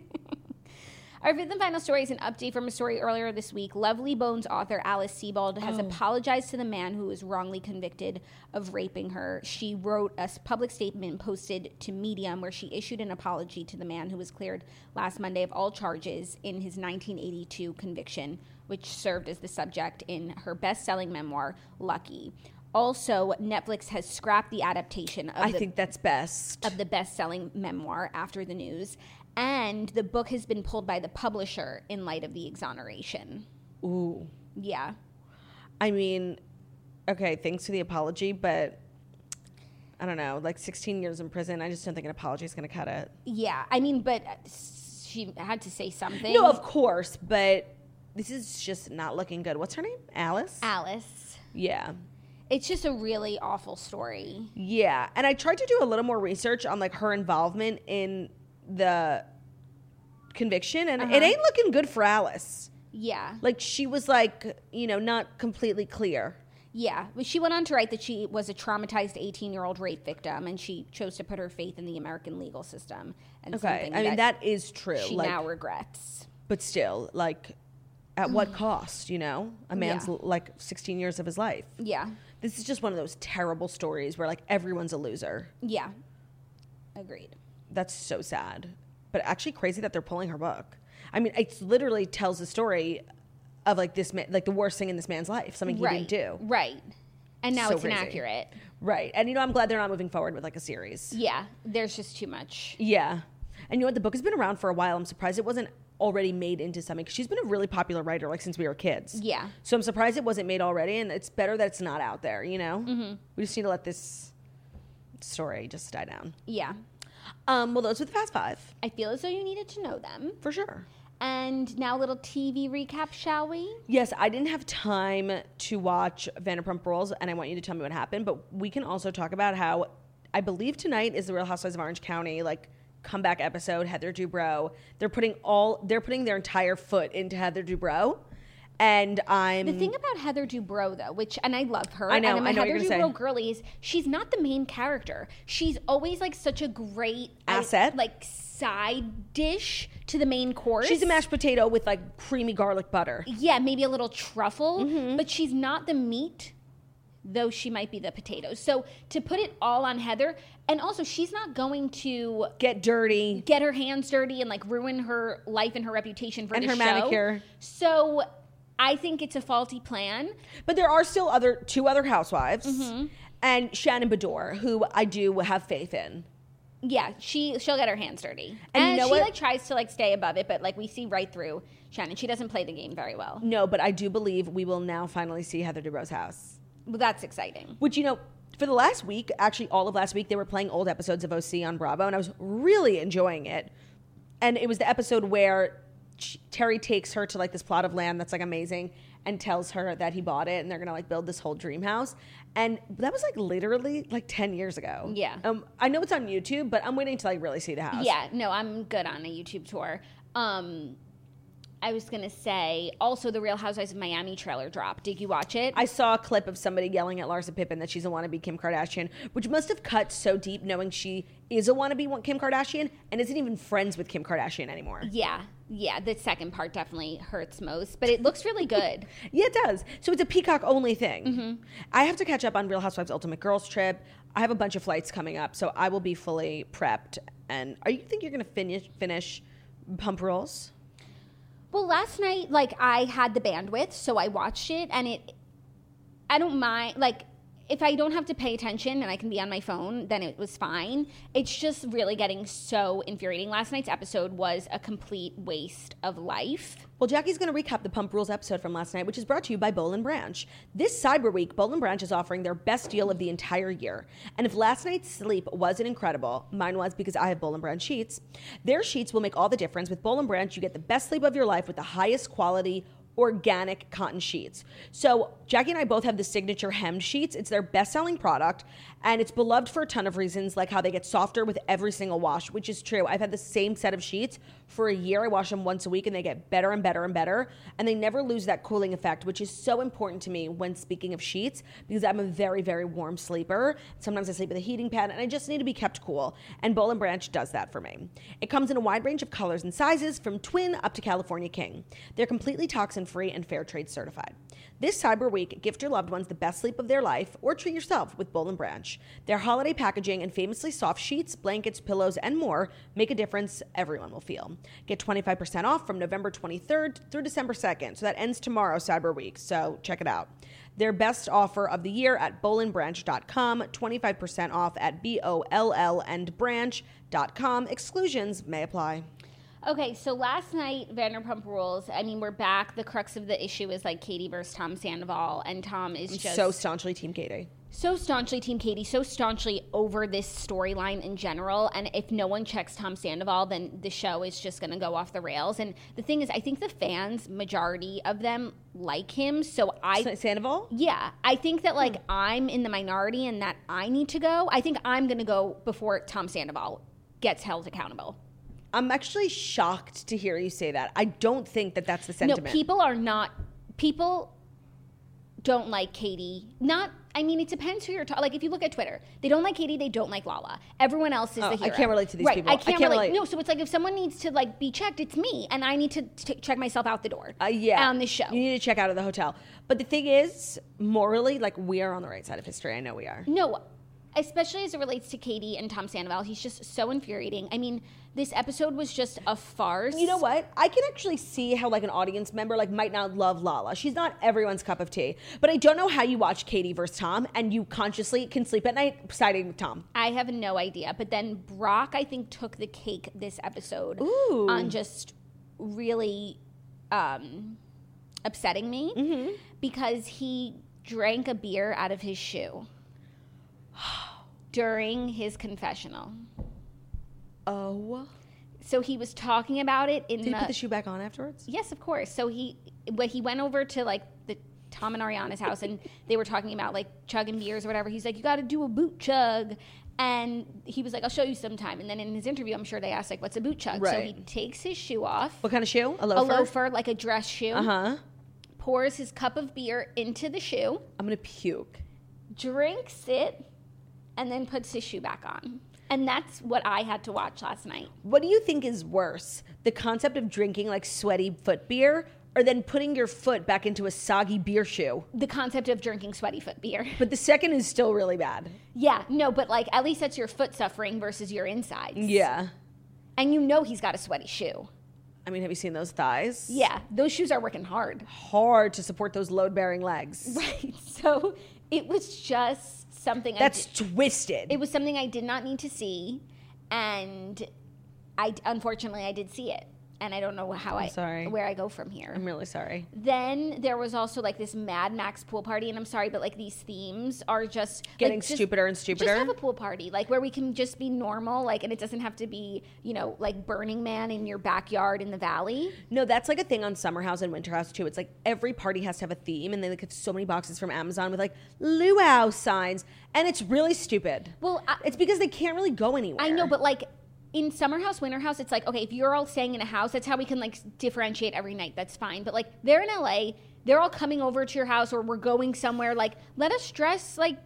Speaker 2: Our fifth and final story is an update from a story earlier this week. Lovely Bones author Alice Sebald
Speaker 1: Oh.
Speaker 2: has apologized to the man who was wrongly convicted of raping her. She wrote a s- public statement posted to Medium where she issued an apology to the man who was cleared last Monday of all charges in his 1982 conviction, which served as the subject in her best selling memoir, Lucky. Also, Netflix has scrapped the adaptation of
Speaker 1: I
Speaker 2: the
Speaker 1: think that's best.
Speaker 2: of the best-selling memoir after the news and the book has been pulled by the publisher in light of the exoneration
Speaker 1: Ooh.
Speaker 2: yeah
Speaker 1: I mean, okay, thanks for the apology, but I don't know, like 16 years in prison, I just don't think an apology is going to cut it.
Speaker 2: yeah i mean but uh, s- she had to say something
Speaker 1: No, of course, but this is just not looking good. What's her name? Alice?
Speaker 2: alice
Speaker 1: yeah.
Speaker 2: it's just a really awful story
Speaker 1: Yeah. And I tried to do a little more research on like her involvement in the conviction and
Speaker 2: Uh-huh.
Speaker 1: it ain't looking good for Alice.
Speaker 2: yeah
Speaker 1: Like she was like, you know, not completely clear.
Speaker 2: yeah But she went on to write that she was a traumatized 18 year old rape victim and she chose to put her faith in the american legal system and
Speaker 1: Okay,
Speaker 2: something
Speaker 1: I mean that is true.
Speaker 2: she
Speaker 1: like,
Speaker 2: now regrets
Speaker 1: but still, like, at what cost? You know, a man's
Speaker 2: Mm. Yeah.
Speaker 1: l- like 16 years of his life.
Speaker 2: yeah
Speaker 1: This is just one of those terrible stories where like everyone's a loser.
Speaker 2: yeah agreed
Speaker 1: That's so sad, but actually crazy that they're pulling her book. I mean, it literally tells the story of like this man, like the worst thing in this man's life, something he
Speaker 2: right
Speaker 1: didn't do.
Speaker 2: right and now
Speaker 1: So
Speaker 2: it's
Speaker 1: crazy.
Speaker 2: inaccurate
Speaker 1: Right, and you know, I'm glad they're not moving forward with like a series.
Speaker 2: Yeah, there's just too much.
Speaker 1: Yeah. And you know what? The book has been around for a while. I'm surprised it wasn't already made into something. 'cause she's been a really popular writer, like, since we were kids.
Speaker 2: Yeah.
Speaker 1: So I'm surprised it wasn't made already. And it's better that it's not out there, you know? Mm-hmm. We just need to let this story just die down.
Speaker 2: Yeah.
Speaker 1: Um, well, those were the Fast Five,
Speaker 2: I feel as though you needed to know them.
Speaker 1: for sure.
Speaker 2: And now a little TV recap, shall we?
Speaker 1: Yes, I didn't have time to watch Vanderpump Rules, and I want you to tell me what happened. But we can also talk about how I believe tonight is the Real Housewives of Orange County like comeback episode. Heather Dubrow, they're putting all they're putting their entire foot into Heather Dubrow, and I'm
Speaker 2: The thing about Heather Dubrow, though, which and I love her,
Speaker 1: Mm-hmm. I know,
Speaker 2: and I'm a
Speaker 1: I know what
Speaker 2: Heather
Speaker 1: you're gonna
Speaker 2: Dubrow
Speaker 1: say.
Speaker 2: girly, is she's not the main character. She's always like such a great I-
Speaker 1: Asset.
Speaker 2: like side dish to the main course.
Speaker 1: she's a mashed potato with like creamy garlic butter.
Speaker 2: yeah, maybe a little truffle,
Speaker 1: Mm-hmm.
Speaker 2: but she's not the meat, though she might be the potatoes. So to put it all on Heather, and also she's not going to
Speaker 1: Get dirty.
Speaker 2: get her hands dirty and like ruin her life and her reputation for
Speaker 1: And
Speaker 2: the
Speaker 1: her
Speaker 2: show.
Speaker 1: manicure.
Speaker 2: So I think it's a faulty plan.
Speaker 1: But there are still other two other housewives
Speaker 2: Mm-hmm.
Speaker 1: and Shannon Bedore, who I do have faith in.
Speaker 2: Yeah, she she'll get her hands dirty,
Speaker 1: And
Speaker 2: and,
Speaker 1: you know
Speaker 2: she
Speaker 1: what?
Speaker 2: like tries to like stay above it, but like we see right through Shannon. She doesn't play the game very well.
Speaker 1: No, but I do believe we will now finally see Heather Dubrow's house.
Speaker 2: Well, that's exciting.
Speaker 1: Which you know, for the last week, actually all of last week, they were playing old episodes of OC on Bravo, and I was really enjoying it. And it was the episode where Ch- Terry takes her to like this plot of land that's like amazing and tells her that he bought it and they're gonna like build this whole dream house. And that was like literally like 10 years ago.
Speaker 2: Yeah.
Speaker 1: Um, I know it's on YouTube, but I'm waiting to like really see the house.
Speaker 2: Yeah, no, I'm good on a YouTube tour. Um, I was gonna say also the Real Housewives of Miami trailer drop. Did you watch it?
Speaker 1: I saw a clip of somebody yelling at Larsa Pippen that she's a wannabe Kim Kardashian, which must have cut so deep knowing she is a wannabe wa- Kim Kardashian and isn't even friends with Kim Kardashian anymore.
Speaker 2: yeah, yeah. The second part definitely hurts most, but it looks really good.
Speaker 1: Yeah, it does. So it's a peacock only thing. I have to catch up on Real Housewives Ultimate Girls Trip. I have a bunch of flights coming up, so I will be fully prepped. And are you think you're going to finish finish Pump Rules?
Speaker 2: Well, last night, like I had the bandwidth, so I watched it, and it. I don't mind like if I don't have to pay attention and I can be on my phone, then it was fine. It's just really getting so infuriating. Last night's episode was a complete waste of life.
Speaker 1: Well, Jackie's going to recap the Pump Rules episode from last night, which is brought to you by Bolin Branch. This Cyber Week, Bolin Branch is offering their best deal of the entire year. And if last night's sleep wasn't incredible, mine was because I have Bolin Branch sheets. Their sheets will make all the difference. With Bolin Branch, you get the best sleep of your life with the highest quality organic cotton sheets. So, Jackie and I both have the signature hemmed sheets. It's their best-selling product and it's beloved for a ton of reasons like how they get softer with every single wash, which is true. I've had the same set of sheets for a year. I wash them once a week and they get better and better and better and they never lose that cooling effect, which is so important to me when speaking of sheets because I'm a very very warm sleeper. Sometimes I sleep with a heating pad and I just need to be kept cool and Bolin Branch does that for me. It comes in a wide range of colors and sizes from twin up to California King. They're completely toxin free and fair trade certified. This Cyber Week, gift your loved ones the best sleep of their life or treat yourself with Bowl and Branch. Their holiday packaging and famously soft sheets, blankets, pillows, and more make a difference everyone will feel. Get 25% off from November 23rd through December 2nd. So that ends tomorrow, Cyber Week. So check it out. Their best offer of the year at bolandbranch.com, 25% off at B O L L and branch.com. Exclusions may apply.
Speaker 2: Okay, so last night, Vanderpump Rules. I mean, we're back. The crux of the issue is like Katie versus Tom Sandoval, and Tom is just
Speaker 1: so staunchly Team Katie.
Speaker 2: so staunchly Team Katie, so staunchly over this storyline in general. And if no one checks Tom Sandoval, then the show is just going to go off the rails. And the thing is, I think the fans, majority of them, like him. So I.
Speaker 1: Sa- Sandoval?
Speaker 2: yeah, I think that like I'm in the minority and that I need to go. I think I'm going to go before Tom Sandoval gets held accountable.
Speaker 1: I'm actually shocked to hear you say that. I don't think that that's the sentiment.
Speaker 2: No, people are not. People don't like Katie. Not. I mean, it depends who you're talking. Like, if you look at Twitter, they don't like Katie. They don't like Lala. Everyone else is
Speaker 1: Oh, I
Speaker 2: the hero.
Speaker 1: can't relate to these
Speaker 2: right,
Speaker 1: people.
Speaker 2: I can't,
Speaker 1: I can't
Speaker 2: relate.
Speaker 1: relate.
Speaker 2: No, so it's like if someone needs to like be checked, it's me, and I need to t- check myself out the door.
Speaker 1: Uh, yeah.
Speaker 2: on the show.
Speaker 1: You need to check out of the hotel. But the thing is, morally, like, we are on the right side of history. I know we are.
Speaker 2: No, especially as it relates to Katie and Tom Sandoval, he's just so infuriating. I mean, this episode was just a farce.
Speaker 1: You know what? I can actually see how, like, an audience member, like, might not love Lala. She's not everyone's cup of tea. But I don't know how you watch Katie versus Tom and you consciously can sleep at night siding with Tom.
Speaker 2: I have no idea. But then Brock, I think, took the cake this episode
Speaker 1: Ooh.
Speaker 2: on just really um, upsetting me
Speaker 1: Mm-hmm.
Speaker 2: because he drank a beer out of his shoe during his confessional.
Speaker 1: Oh.
Speaker 2: So he was talking about it in
Speaker 1: Did
Speaker 2: the,
Speaker 1: he put the shoe back on afterwards?
Speaker 2: Yes, of course. So he when he went over to like the Tom and Ariana's house and they were talking about like chugging beers or whatever. He's like, You gotta do a boot chug and he was like, I'll show you sometime and then in his interview I'm sure they asked like what's a boot chug? So
Speaker 1: Right.
Speaker 2: he takes his shoe off.
Speaker 1: What kind of shoe? A
Speaker 2: a
Speaker 1: loafer?
Speaker 2: loafer, like a dress shoe,
Speaker 1: Uh huh.
Speaker 2: pours his cup of beer into the shoe,
Speaker 1: I'm gonna puke.
Speaker 2: drinks it, and then puts his shoe back on. And that's what I had to watch last night.
Speaker 1: What do you think is worse, the concept of drinking like sweaty foot beer, or then putting your foot back into a soggy beer shoe?
Speaker 2: The concept of drinking sweaty foot beer.
Speaker 1: But the second is still really bad.
Speaker 2: Yeah, no, but like at least that's your foot suffering versus your insides.
Speaker 1: Yeah.
Speaker 2: And you know he's got a sweaty shoe.
Speaker 1: I mean, have you seen those thighs?
Speaker 2: Yeah, those shoes are working hard.
Speaker 1: Hard to support those load bearing legs.
Speaker 2: Right. So it was just something I
Speaker 1: That's
Speaker 2: did-
Speaker 1: twisted.
Speaker 2: it was something I did not need to see and I unfortunately I did see it and I don't know how i
Speaker 1: sorry.
Speaker 2: where I go from here.
Speaker 1: I'm really sorry.
Speaker 2: then there was also like this Mad Max pool party, and I'm sorry, but like these themes are just like,
Speaker 1: Getting
Speaker 2: just-
Speaker 1: stupider and stupider.
Speaker 2: Just have a pool party, like where we can just be normal, like, and it doesn't have to be, you know, like Burning Man in your backyard in the valley.
Speaker 1: No, that's like a thing on Summer House and Winter House too. It's like every party has to have a theme, and they like have so many boxes from Amazon with like luau signs, and it's really stupid.
Speaker 2: Well, I-
Speaker 1: it's because they can't really go anywhere.
Speaker 2: I know, but like in summer house, winter house, it's like okay, if you're all staying in a house, that's how we can like s- differentiate every night. That's fine. But like they're in LA, they're all coming over to your house, or we're going somewhere. Like let us dress like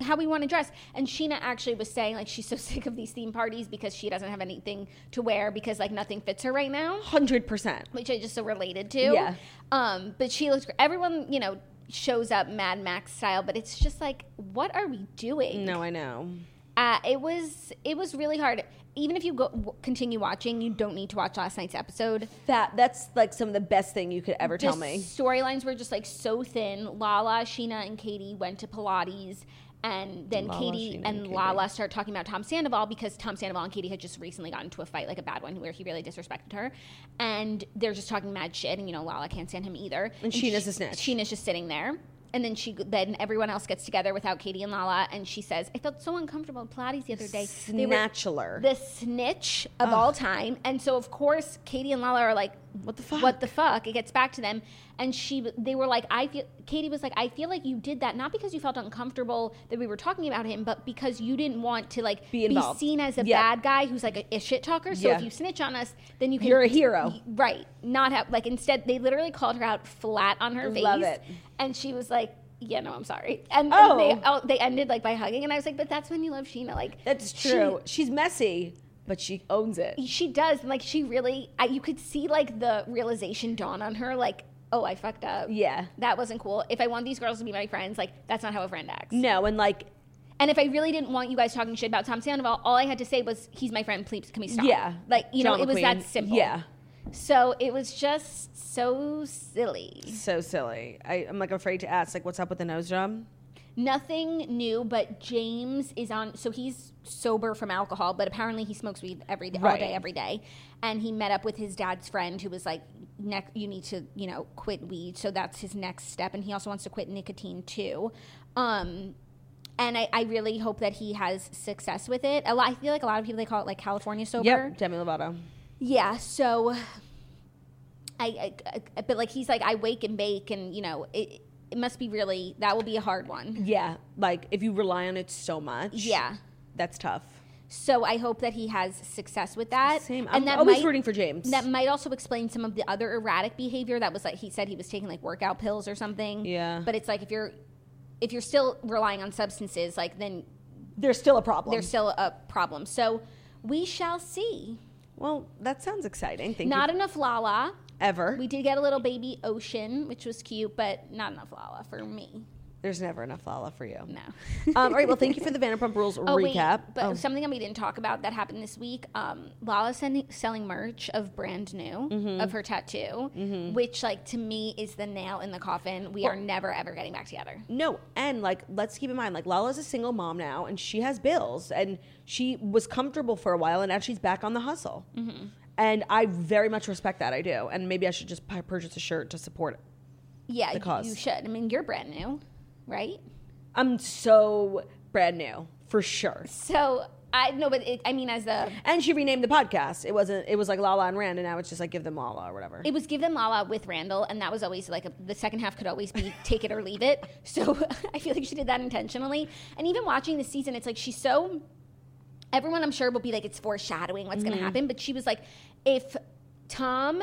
Speaker 2: how we want to dress. And Sheena actually was saying like she's so sick of these theme parties because she doesn't have anything to wear because like nothing fits her right now
Speaker 1: hundred percent.
Speaker 2: which I just so related to.
Speaker 1: Yeah.
Speaker 2: Um, but she looks. gr- Everyone, you know, shows up Mad Max style, but it's just like, what are we doing?
Speaker 1: No, I know.
Speaker 2: Uh, it was it was really hard. Even if you go w- continue watching, you don't need to watch last night's episode.
Speaker 1: That that's like some of the best thing you could ever tell
Speaker 2: Just
Speaker 1: me.
Speaker 2: storylines were just like so thin. Lala, Sheena, and Katie went to Pilates. And then
Speaker 1: Sheena,
Speaker 2: Katie and
Speaker 1: and Katie.
Speaker 2: Lala start talking about Tom Sandoval because Tom Sandoval and Katie had just recently gotten into a fight, like a bad one, where he really disrespected her. And they're just talking mad shit, and you know Lala can't stand him either. And,
Speaker 1: Sheena's
Speaker 2: she-
Speaker 1: a snitch.
Speaker 2: Sheena's just sitting there, and then she then everyone else gets together without Katie and Lala, and she says, "I felt so uncomfortable in Pilates the other day. They were-
Speaker 1: Snatchler.
Speaker 2: the snitch of all time. And so, of course, Katie and Lala are like, "What the fuck? What the fuck?" It gets back to them, and she, they were like, "I feel." Katie was like, "I feel like you did that not because you felt uncomfortable that we were talking about him, but because you didn't want to like
Speaker 1: Be involved.
Speaker 2: seen as a
Speaker 1: Yeah.
Speaker 2: bad guy who's like a, a shit talker. So
Speaker 1: Yeah.
Speaker 2: if you snitch on us, then you can
Speaker 1: You're a hero.
Speaker 2: Y- right? Not have like instead they literally called her out flat on her face,
Speaker 1: Love it.
Speaker 2: and she was like. Yeah, no, I'm sorry. And,
Speaker 1: Oh.
Speaker 2: and they oh, they ended like by hugging, and I was like, "But that's when you love Sheena." Like
Speaker 1: That's
Speaker 2: she-
Speaker 1: true. She's messy, but she owns it.
Speaker 2: she does and, like she really I, you could see like the realization dawn on her like oh i fucked up
Speaker 1: Yeah.
Speaker 2: that wasn't cool if i want these girls to be my friends like that's not how a friend acts
Speaker 1: No, and like
Speaker 2: and if i really didn't want you guys talking shit about tom sandoval all i had to say was he's my friend please can we stop
Speaker 1: yeah,
Speaker 2: like you know
Speaker 1: drama
Speaker 2: it was
Speaker 1: queen.
Speaker 2: that simple
Speaker 1: Yeah,
Speaker 2: so it was just so silly
Speaker 1: so silly. I, I'm like afraid to ask like, what's up with the nose job?
Speaker 2: nothing new but james is on so he's sober from alcohol but apparently he smokes weed every day all
Speaker 1: Right.
Speaker 2: day every day and he met up with his dad's friend who was like neck you need to you know quit weed so that's his next step and he also wants to quit nicotine too um and I, I really hope that he has success with it. A lot, I feel like a lot of people they call it like California sober.
Speaker 1: Yep, Demi Lovato.
Speaker 2: Yeah, so I, I, I but like he's like I wake and bake and you know it, it must be really that will be a hard one.
Speaker 1: Yeah, like if you rely on it so much,
Speaker 2: Yeah.
Speaker 1: that's tough.
Speaker 2: So I hope that he has success with that.
Speaker 1: Same. I'm always rooting for James.
Speaker 2: That might also explain some of the other erratic behavior that was like he said he was taking like workout pills or something.
Speaker 1: Yeah.
Speaker 2: But it's like if you're if you're still relying on substances, like then
Speaker 1: There's still a problem.
Speaker 2: there's still a problem. So we shall see.
Speaker 1: well, that sounds exciting. Thank
Speaker 2: Not
Speaker 1: you.
Speaker 2: enough Lala.
Speaker 1: ever.
Speaker 2: We did get a little baby ocean, which was cute, but not enough Lala for me.
Speaker 1: there's never enough Lala for you.
Speaker 2: No.
Speaker 1: um, all right. Well, thank you for the Vanderpump Rules recap.
Speaker 2: Oh,
Speaker 1: Oh. Um,
Speaker 2: Wait, but something that we didn't talk about that happened this week. Um, Lala's sending, selling merch of brand new
Speaker 1: Mm-hmm.
Speaker 2: of her tattoo, which like to me is the nail in the coffin. We are never ever getting back together.
Speaker 1: No, and like let's keep in mind, like Lala's a single mom now, and she has bills, and she was comfortable for a while, and now she's back on the hustle. And I very much respect that. I do, and maybe I should just pu- purchase a shirt to support it.
Speaker 2: Yeah, you-
Speaker 1: cause.
Speaker 2: you should. I mean, you're brand new, right?
Speaker 1: I'm so brand new for sure.
Speaker 2: So I no, but it, I mean, as a
Speaker 1: And she renamed the podcast. It wasn't. It was like Lala and Rand, and now it's just like give them Lala or whatever.
Speaker 2: it was give them Lala with Randall, and that was always like a, the second half could always be take it or leave it. So I feel like she did that intentionally. And even watching this season, it's like she's so. Everyone, I'm sure, will be like, it's foreshadowing what's going to happen. But she was like, if Tom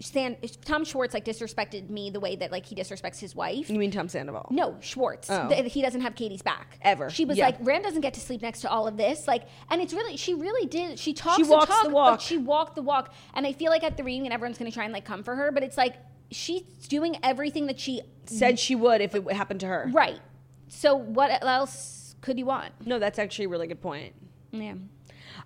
Speaker 2: San, Tom Schwartz like disrespected me the way that like he disrespects his wife.
Speaker 1: You mean Tom Sandoval?
Speaker 2: No, Schwartz.
Speaker 1: Oh.
Speaker 2: Th- he doesn't have Katie's back
Speaker 1: Ever.
Speaker 2: She was
Speaker 1: Yeah.
Speaker 2: like, Rand doesn't get to sleep next to all of this. Like, and it's really, she really did. She talks,
Speaker 1: She
Speaker 2: the
Speaker 1: walks the
Speaker 2: talk,
Speaker 1: walk.
Speaker 2: but she walked the walk. And I feel like at the reunion, everyone's going to try and like come for her, but it's like she's doing everything that she
Speaker 1: Said she would if it happened to her.
Speaker 2: right. So what else could you want?
Speaker 1: No, that's actually a really good point.
Speaker 2: Yeah.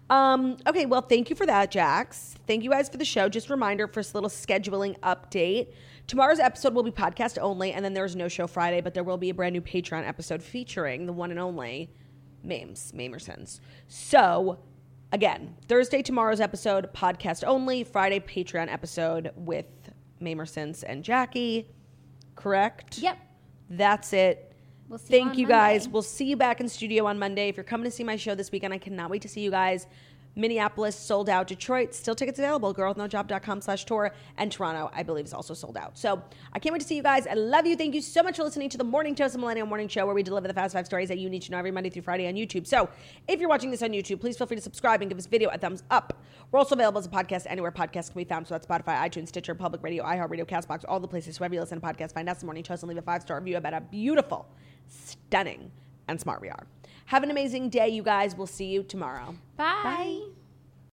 Speaker 1: Um, okay, well, thank you for that, Jax. Thank you guys for the show. Just a reminder for a little scheduling update. Tomorrow's episode will be podcast only, and then there's no show Friday, but there will be a brand new Patreon episode featuring the one and only Mames, Mamersons. So, again, Thursday, tomorrow's episode, podcast only, Friday, Patreon episode with Mamersons and Jackie, correct?
Speaker 2: Yep.
Speaker 1: That's it.
Speaker 2: We'll see
Speaker 1: Thank
Speaker 2: on
Speaker 1: you guys.
Speaker 2: Monday.
Speaker 1: We'll see you back in studio on Monday. If you're coming to see my show this weekend, I cannot wait to see you guys. Minneapolis sold out. Detroit still tickets available. Girlwithnojob.com slash tour and Toronto, I believe, is also sold out. So I can't wait to see you guys. I love you. Thank you so much for listening to the Morning Toast, the Millennial Morning Show, where we deliver the fast five stories that you need to know every Monday through Friday on YouTube. So if you're watching this on YouTube, please feel free to subscribe and give this video a thumbs up. We're also available as a podcast anywhere podcasts can be found. So that's Spotify, iTunes, Stitcher, Public Radio, iHeartRadio, Castbox, all the places wherever you listen to podcasts. Find us the Morning Toast and leave a five star review about how beautiful, stunning, and smart we are. Have an amazing day, you guys. We'll see you tomorrow.
Speaker 2: Bye.